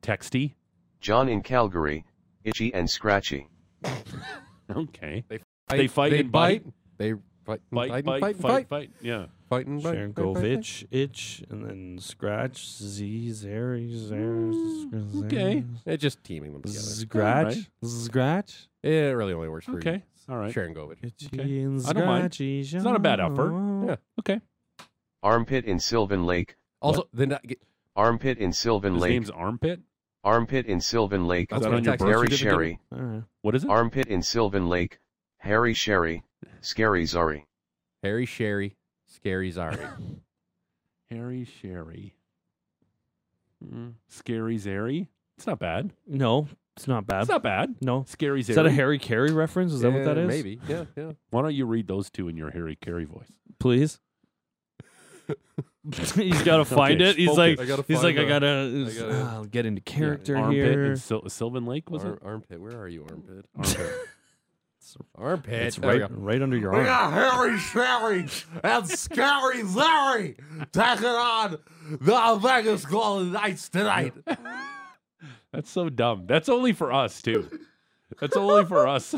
Speaker 2: Texty?
Speaker 13: John in Calgary, itchy and scratchy.
Speaker 2: *laughs* Okay.
Speaker 3: They
Speaker 2: fight, they fight
Speaker 3: they
Speaker 2: and bite.
Speaker 3: They fight,
Speaker 2: Bite,
Speaker 3: fight,
Speaker 2: bite,
Speaker 3: and fight, and
Speaker 2: fight,
Speaker 3: fight,
Speaker 2: fight. Yeah.
Speaker 3: fight, and bite, fight, fight, fight.
Speaker 4: Sharangovich, itch, and then scratch, z, zary, zary,
Speaker 2: Mm, Okay.
Speaker 3: They're Eh, just teaming them together.
Speaker 4: Scratch,
Speaker 3: Right?
Speaker 4: scratch.
Speaker 3: It really only works for
Speaker 2: Okay. All right.
Speaker 3: Sharon Govich.
Speaker 4: Itchy and
Speaker 2: I don't mind.
Speaker 4: scratchy.
Speaker 2: It's not a bad effort.
Speaker 3: Yeah.
Speaker 2: Okay.
Speaker 13: Armpit in Sylvan Lake.
Speaker 3: Also, then I get-
Speaker 13: Armpit in Sylvan
Speaker 2: His
Speaker 13: Lake.
Speaker 2: name's Armpit.
Speaker 13: Armpit in Sylvan
Speaker 12: Uh,
Speaker 13: Lake.
Speaker 2: Is that on your birth
Speaker 13: Harry
Speaker 2: certificate?
Speaker 13: Sherry.
Speaker 4: All right.
Speaker 2: What is it?
Speaker 13: Armpit in Sylvan Lake. Harry Sherry. Scary Zari.
Speaker 3: Harry Sherry, Scary
Speaker 4: *laughs*
Speaker 3: Zari.
Speaker 2: Harry Sherry. Mm. Scary Zary. It's not bad.
Speaker 4: No, it's not bad.
Speaker 2: It's not bad.
Speaker 4: No.
Speaker 2: Scary Zary.
Speaker 4: Is that a Harry Carey reference? Is that what that
Speaker 3: Yeah,
Speaker 4: is?
Speaker 3: Eh, Maybe. Yeah, yeah.
Speaker 2: Why don't you read those two in your Harry Carey voice?
Speaker 4: Please. *laughs* he's got to find
Speaker 2: Okay,
Speaker 4: it. He's
Speaker 2: focus.
Speaker 4: like,
Speaker 3: I gotta
Speaker 4: he's like,
Speaker 3: find
Speaker 4: I
Speaker 3: the-
Speaker 4: gotta,
Speaker 3: I gotta-
Speaker 4: I'll get into character
Speaker 2: Armpit
Speaker 4: here.
Speaker 2: and Sil- Sylvan Lake was
Speaker 3: Ar-
Speaker 2: it?
Speaker 3: armpit. Where are you,
Speaker 4: *laughs*
Speaker 3: armpit?
Speaker 2: Armpit.
Speaker 3: Armpit.
Speaker 4: It's
Speaker 3: There we
Speaker 4: right,
Speaker 3: go.
Speaker 4: right under your arm.
Speaker 11: Harry Sherry and Scary Larry taking on the Vegas Golden Knights tonight.
Speaker 2: That's so dumb. That's only for us too. That's only for us.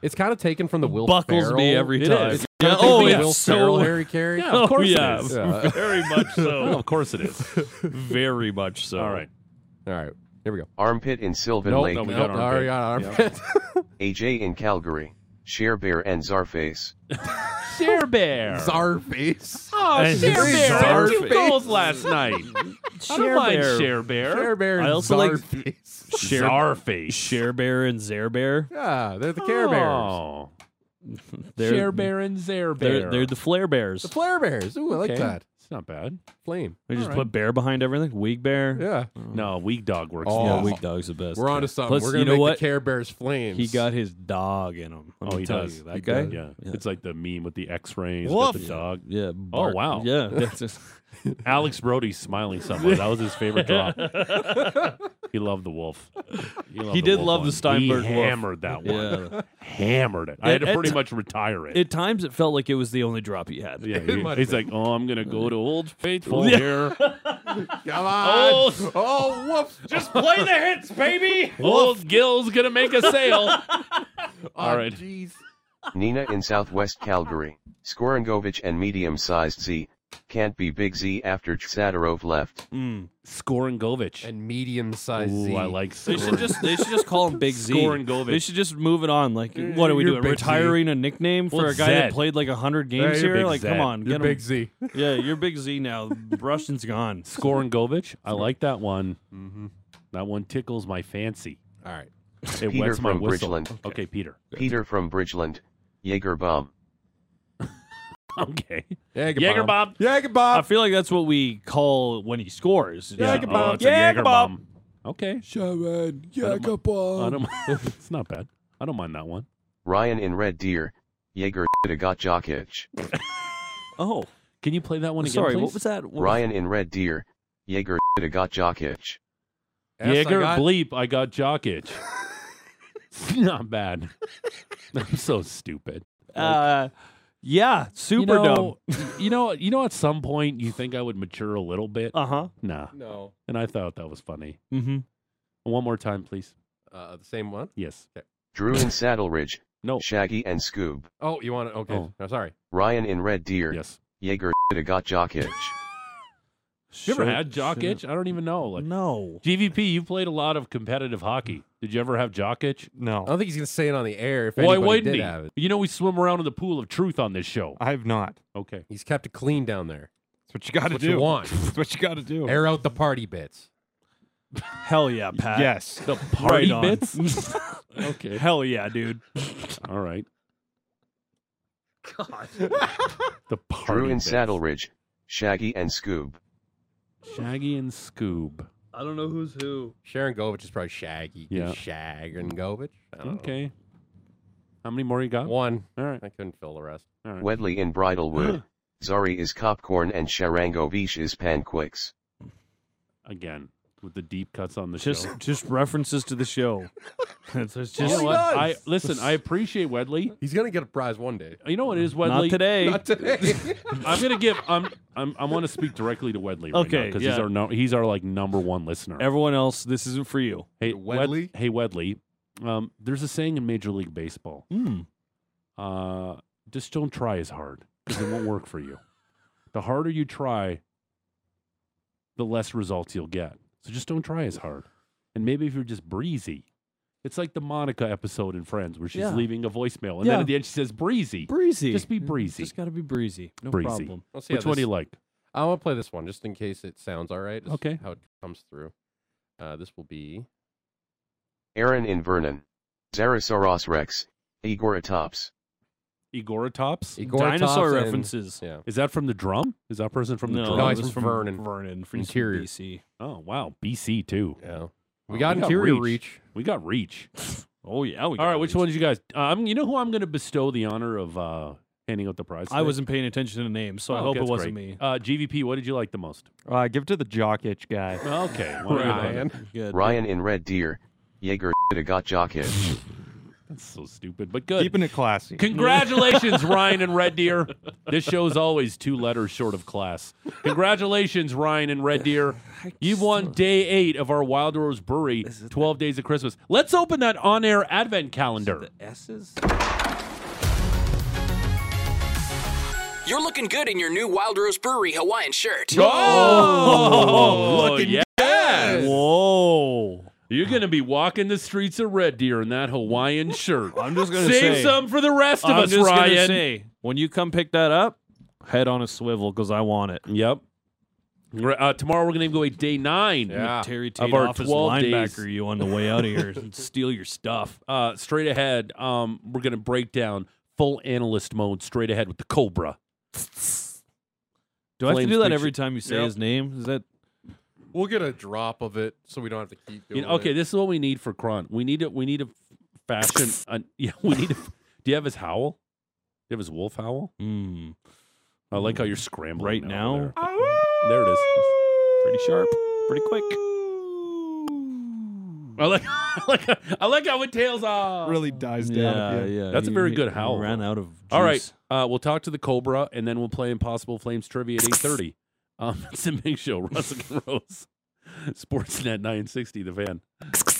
Speaker 3: It's kind of taken from the Will
Speaker 4: Buckles
Speaker 3: Ferrell.
Speaker 4: me every
Speaker 2: It
Speaker 4: time.
Speaker 2: is.
Speaker 4: Yeah,
Speaker 3: Kinda taken
Speaker 4: oh,
Speaker 3: from
Speaker 4: yeah.
Speaker 3: Will
Speaker 4: so *laughs*
Speaker 3: Ferrell, Harry
Speaker 2: *laughs*
Speaker 3: Carey.
Speaker 2: Yeah,
Speaker 4: Oh,
Speaker 2: of course
Speaker 4: yeah.
Speaker 2: it is. *laughs*
Speaker 3: Yeah.
Speaker 4: very much
Speaker 2: Well,
Speaker 4: so.
Speaker 2: of course it is.
Speaker 4: very much so.
Speaker 2: *laughs* All right.
Speaker 3: All right. Here we go.
Speaker 13: Armpit in Sylvan
Speaker 2: Nope,
Speaker 13: Lake.
Speaker 2: no, we
Speaker 3: Nope,
Speaker 2: got
Speaker 3: already
Speaker 2: armpit.
Speaker 3: got armpit.
Speaker 4: *laughs*
Speaker 13: AJ in Calgary. Share Bear and Zarface.
Speaker 2: Share Bear.
Speaker 3: Zarface. *laughs*
Speaker 2: Oh,
Speaker 4: And
Speaker 2: Share Bear. had Two
Speaker 3: Zarface.
Speaker 2: goals last *laughs* night. I don't
Speaker 4: Share
Speaker 2: mind
Speaker 4: Bear.
Speaker 2: Share Bear.
Speaker 3: Share Bear.
Speaker 4: I
Speaker 3: and
Speaker 4: also like-
Speaker 3: Zarface.
Speaker 4: Share,
Speaker 2: Zarface.
Speaker 4: Share Bear and Zare Bear.
Speaker 3: Yeah, they're the Care Bears.
Speaker 2: Oh.
Speaker 4: They're,
Speaker 2: Share Bear and Zare Bear.
Speaker 4: They're, they're the Flare Bears.
Speaker 3: The Flare Bears. Ooh, I like
Speaker 2: Okay.
Speaker 3: that.
Speaker 2: It's not bad.
Speaker 3: Flame.
Speaker 4: we just
Speaker 2: All right.
Speaker 4: put bear behind everything. Weak Bear.
Speaker 3: Yeah.
Speaker 2: No, weak dog works.
Speaker 3: Oh,
Speaker 4: Yeah,
Speaker 2: best.
Speaker 4: Weak Dog's the best.
Speaker 3: We're onto
Speaker 4: to
Speaker 3: something.
Speaker 4: Plus,
Speaker 3: We're gonna
Speaker 4: you know
Speaker 3: make
Speaker 4: what?
Speaker 3: the Care Bears flames.
Speaker 4: He got his dog in him. Let
Speaker 2: Oh,
Speaker 4: me
Speaker 2: he
Speaker 4: tell
Speaker 2: does.
Speaker 4: You, that
Speaker 3: He
Speaker 4: guy.
Speaker 3: does.
Speaker 2: Yeah.
Speaker 4: Yeah.
Speaker 2: it's like the meme with the X-rays, got the
Speaker 4: Woof.
Speaker 2: dog.
Speaker 4: Yeah. bark.
Speaker 2: Oh, wow.
Speaker 4: Yeah. *laughs*
Speaker 2: *laughs*
Speaker 4: That's just,
Speaker 2: Alex Brody's smiling somewhere. That was his favorite
Speaker 4: *laughs*
Speaker 2: drop. he loved the wolf. He, loved
Speaker 4: He did
Speaker 2: wolf
Speaker 4: love the
Speaker 2: one.
Speaker 4: Steinberg wolf.
Speaker 2: He hammered that one.
Speaker 4: yeah.
Speaker 2: Hammered it. I had
Speaker 4: It-
Speaker 2: to pretty
Speaker 4: it's-
Speaker 2: much retire it.
Speaker 4: At times, it felt like it was the only drop he had.
Speaker 2: yeah,
Speaker 3: it
Speaker 2: he-
Speaker 3: must
Speaker 2: he's
Speaker 3: be.
Speaker 2: like, oh, I'm gonna go to Old Faithful
Speaker 4: *laughs* Yeah. *laughs*
Speaker 2: here.
Speaker 3: Come on.
Speaker 2: *laughs*
Speaker 3: Oh, whoops. Just
Speaker 4: Play the hits, baby. *laughs*
Speaker 2: Old Gil's gonna make a sale.
Speaker 3: oh,
Speaker 2: All right.
Speaker 3: Jeez.
Speaker 13: Nina in Southwest Calgary. Skorangovich and medium-sized Z. Can't be big Z after Chsadarov left.
Speaker 2: Mm. Skorangovich.
Speaker 3: And medium-sized
Speaker 2: Ooh,
Speaker 3: Z.
Speaker 2: I like
Speaker 4: They
Speaker 2: *laughs*
Speaker 4: should just they should just call him Big Z.
Speaker 2: Skorangovich.
Speaker 4: They should just move it on. Like, what are we
Speaker 2: You're
Speaker 4: doing?
Speaker 2: Big Z.
Speaker 4: Retiring a nickname for
Speaker 2: Well,
Speaker 4: a guy that
Speaker 2: Zed.
Speaker 4: played like hundred
Speaker 2: Yeah,
Speaker 4: games
Speaker 2: you're
Speaker 4: here?
Speaker 2: Big
Speaker 4: Like, come
Speaker 2: Zed.
Speaker 4: on,
Speaker 2: You're
Speaker 4: get
Speaker 2: Big
Speaker 4: him.
Speaker 2: Z.
Speaker 4: Yeah, you're Big
Speaker 2: *laughs*
Speaker 4: Z now. Russian's gone.
Speaker 2: Skorangovich. I like that one. Mm-hmm. That one tickles my fancy.
Speaker 3: All right.
Speaker 2: It
Speaker 13: Peter
Speaker 2: wets my
Speaker 13: from
Speaker 2: whistle.
Speaker 13: Bridgeland.
Speaker 2: Okay. Peter.
Speaker 13: Peter from Bridgeland. Jaeger bomb.
Speaker 2: *laughs* Okay.
Speaker 3: Jager
Speaker 4: Jager
Speaker 2: Bomb.
Speaker 3: Jager Bomb.
Speaker 2: Uh,
Speaker 4: I feel like that's what we call when he scores.
Speaker 2: Yeah.
Speaker 4: Jager
Speaker 2: Oh,
Speaker 4: Bomb.
Speaker 2: it's a Jager Bomb. Okay. Oh.
Speaker 3: Sharon
Speaker 2: I
Speaker 3: Yakubov.
Speaker 2: don't. *laughs* it's not bad. I don't mind that one.
Speaker 13: Ryan in Red Deer. Jaeger got Jokic.
Speaker 4: Oh,
Speaker 2: Can you play that one again?
Speaker 4: Sorry, what
Speaker 2: please?
Speaker 4: was that? What-
Speaker 13: Ryan in Red Deer. Jaeger got Jokic.
Speaker 3: Yes, I
Speaker 2: Jaeger
Speaker 3: got-
Speaker 2: bleep. I got jock itch. It's not bad. *laughs* I'm so stupid.
Speaker 4: Uh, yeah, super
Speaker 2: you
Speaker 4: dumb.
Speaker 2: know, *laughs* you know, you know. At some point, you think I would mature a little bit.
Speaker 4: Uh huh.
Speaker 2: Nah.
Speaker 3: No.
Speaker 2: And I thought that was funny.
Speaker 4: Mm-hmm.
Speaker 2: One more time, please.
Speaker 3: Uh, the same one?
Speaker 2: Yes.
Speaker 13: Drew in Saddle Ridge.
Speaker 2: No.
Speaker 13: Shaggy and Scoob.
Speaker 3: Oh, you want it? Okay.
Speaker 2: Oh.
Speaker 3: No, sorry.
Speaker 13: Ryan in Red Deer.
Speaker 2: Yes.
Speaker 13: Jaeger got Jokic.
Speaker 2: You ever
Speaker 4: Shit,
Speaker 2: had jock
Speaker 4: shit.
Speaker 2: itch? I don't even know. Like
Speaker 4: No.
Speaker 2: GVP, you played a lot of competitive hockey. Did you ever have jock itch?
Speaker 3: I
Speaker 14: No,
Speaker 3: don't think he's going to say it on the air if
Speaker 2: Oh. Why
Speaker 3: anybody
Speaker 2: wouldn't
Speaker 3: did
Speaker 2: he?
Speaker 3: have it.
Speaker 2: You know, we swim around in the pool of truth on this show.
Speaker 14: I have not.
Speaker 2: Okay.
Speaker 3: He's kept it clean down there.
Speaker 14: That's what you got to
Speaker 3: That's what
Speaker 14: do.
Speaker 3: you want.
Speaker 14: *laughs* That's what you got to do.
Speaker 3: Air out the party bits.
Speaker 4: Hell yeah, Pat.
Speaker 14: Yes.
Speaker 2: *laughs* The party
Speaker 4: on.
Speaker 2: bits? okay.
Speaker 4: Hell yeah, dude.
Speaker 2: All right.
Speaker 7: God.
Speaker 2: *laughs* The party
Speaker 13: Drew in
Speaker 2: bits.
Speaker 13: Saddle Ridge. Shaggy and Scoob.
Speaker 2: Shaggy and Scoob.
Speaker 4: I don't know who's who.
Speaker 3: Sharon Govich is probably Shaggy.
Speaker 2: Yeah.
Speaker 3: Sharon Govich. I don't know.
Speaker 2: Okay. How many more you got?
Speaker 3: One.
Speaker 2: All right.
Speaker 3: I couldn't fill the rest.
Speaker 2: All right.
Speaker 13: Wedley in Bridalwood. Zari is Copcorn and Sharangovish is Panquix.
Speaker 2: Again, with the deep cuts on the
Speaker 4: *laughs* Just
Speaker 2: show.
Speaker 4: just references to
Speaker 2: *laughs*
Speaker 4: the show. That's that's
Speaker 2: You know
Speaker 4: just
Speaker 2: what? I listen. I appreciate Wedley.
Speaker 3: He's going to get a prize one day.
Speaker 2: You know what it is,
Speaker 4: not
Speaker 2: Wedley.
Speaker 4: today.
Speaker 3: Not today.
Speaker 2: I'm gonna give. I'm. I'm. I want to speak directly to Wedley. Right
Speaker 4: Okay,
Speaker 2: Because he's
Speaker 4: yeah.
Speaker 2: our. No, he's our like number one listener.
Speaker 4: Everyone else, this isn't for you.
Speaker 2: hey Wed-
Speaker 3: Wedley?
Speaker 2: hey Wedley. Um, there's a saying in Major League Baseball.
Speaker 4: Mm.
Speaker 2: Uh, just don't try as hard because it won't work for you. The harder you try, the less results you'll get. So just don't try as hard. And maybe if you're just breezy, it's like the Monica episode in Friends where she's
Speaker 4: Yeah.
Speaker 2: leaving a voicemail and then
Speaker 4: Yeah.
Speaker 2: at the end she says breezy.
Speaker 4: Breezy.
Speaker 2: Just be breezy.
Speaker 4: Just gotta be breezy. No
Speaker 2: breezy.
Speaker 4: problem.
Speaker 3: Let's see how
Speaker 2: Which one
Speaker 3: this-
Speaker 2: do you like?
Speaker 3: I want to play this one just in case it sounds all right. just
Speaker 2: Okay.
Speaker 3: How it comes through. Uh, this will be.
Speaker 13: Aaron in Vernon. Zarasaurus Rex. Igoratops.
Speaker 2: Igoratops?
Speaker 3: Igoratops
Speaker 4: Dinosaur
Speaker 3: and-
Speaker 4: references.
Speaker 3: Yeah.
Speaker 2: Is that from the drum? Is that person from the
Speaker 4: no,
Speaker 2: drum?
Speaker 3: No,
Speaker 4: it
Speaker 3: he's
Speaker 4: was
Speaker 3: from
Speaker 4: from
Speaker 3: Vernon.
Speaker 4: Vernon, from
Speaker 3: Interior.
Speaker 4: BC.
Speaker 2: Oh wow, BC too.
Speaker 3: Yeah.
Speaker 2: Wow,
Speaker 3: We got interior reach.
Speaker 2: We got reach.
Speaker 4: Oh yeah.
Speaker 2: All
Speaker 4: We got
Speaker 2: right, which
Speaker 4: these.
Speaker 2: one did you guys? Uh, I'm. You know who I'm going to bestow the honor of uh, handing out the prize?
Speaker 4: I
Speaker 2: today?
Speaker 4: wasn't paying attention to names, so I
Speaker 2: Oh,
Speaker 4: hope
Speaker 2: okay,
Speaker 4: it
Speaker 2: that's
Speaker 4: wasn't
Speaker 2: great.
Speaker 4: me.
Speaker 2: Uh, GVP, what did you like the most?
Speaker 14: Uh, give it to the jock itch guy.
Speaker 2: *laughs* Okay, well,
Speaker 3: Ryan.
Speaker 4: Good.
Speaker 13: Ryan in Red Deer. Jaeger got Jokic.
Speaker 2: That's so stupid, but good.
Speaker 14: Keeping it classy.
Speaker 2: *laughs* Congratulations, Ryan and Red Deer. This show's always two letters short of class. Congratulations, Ryan and Red Deer. You've won day eight of our Wild Rose Brewery 12 Days of Christmas. Let's open that on air advent calendar.
Speaker 4: S's.
Speaker 15: You're looking good in your new Wild Rose Brewery Hawaiian shirt.
Speaker 2: Oh,
Speaker 14: looking
Speaker 2: yes.
Speaker 4: Whoa.
Speaker 2: You're going to be walking the streets of Red Deer in that Hawaiian shirt.
Speaker 4: *laughs* I'm just gonna
Speaker 2: Save
Speaker 4: say.
Speaker 2: some for the rest of
Speaker 4: I'm
Speaker 2: us,
Speaker 4: just gonna
Speaker 2: Ryan.
Speaker 4: say, when you come pick that up, head on a swivel because I want it.
Speaker 2: Yep. We're- Uh, tomorrow we're going to give away day nine.
Speaker 3: Yeah.
Speaker 4: Terry Tate
Speaker 2: Of our
Speaker 4: off as
Speaker 2: 12 days.
Speaker 4: linebacker you on the way out of
Speaker 2: *laughs*
Speaker 4: here and steal your stuff.
Speaker 2: Uh, straight ahead, um, we're going to break down full analyst mode straight ahead with the Cobra.
Speaker 4: Do I have to
Speaker 2: Flames
Speaker 4: do that
Speaker 2: picture-
Speaker 4: every time you say
Speaker 3: Yep.
Speaker 4: his name? Is that
Speaker 3: We'll get a drop of it so we don't have to keep doing
Speaker 2: You know, okay,
Speaker 3: it.
Speaker 2: this is what we need for Kron. We need it. We need a
Speaker 4: *laughs*
Speaker 2: fashion. an- *laughs* yeah, we need. A, do you have his howl? Do you have his wolf howl?
Speaker 4: mm,
Speaker 2: I like how you're scrambling
Speaker 4: right
Speaker 2: now.
Speaker 4: now?
Speaker 2: There. There it
Speaker 4: *laughs*
Speaker 2: is.
Speaker 4: Pretty sharp, pretty quick.
Speaker 2: I like. *laughs* I like. I like how it tails off.
Speaker 14: Really dies down. at the
Speaker 4: Yeah,
Speaker 14: end.
Speaker 4: yeah.
Speaker 2: That's a
Speaker 4: he-
Speaker 2: very
Speaker 4: he
Speaker 2: good howl.
Speaker 4: Ran out of. Juice.
Speaker 2: All right. Uh, we'll talk to the Cobra, and then we'll play Impossible Flames trivia at eight thirty. *laughs* Um, it's a big show. Russell and Rose, Sportsnet nine sixty. The fan.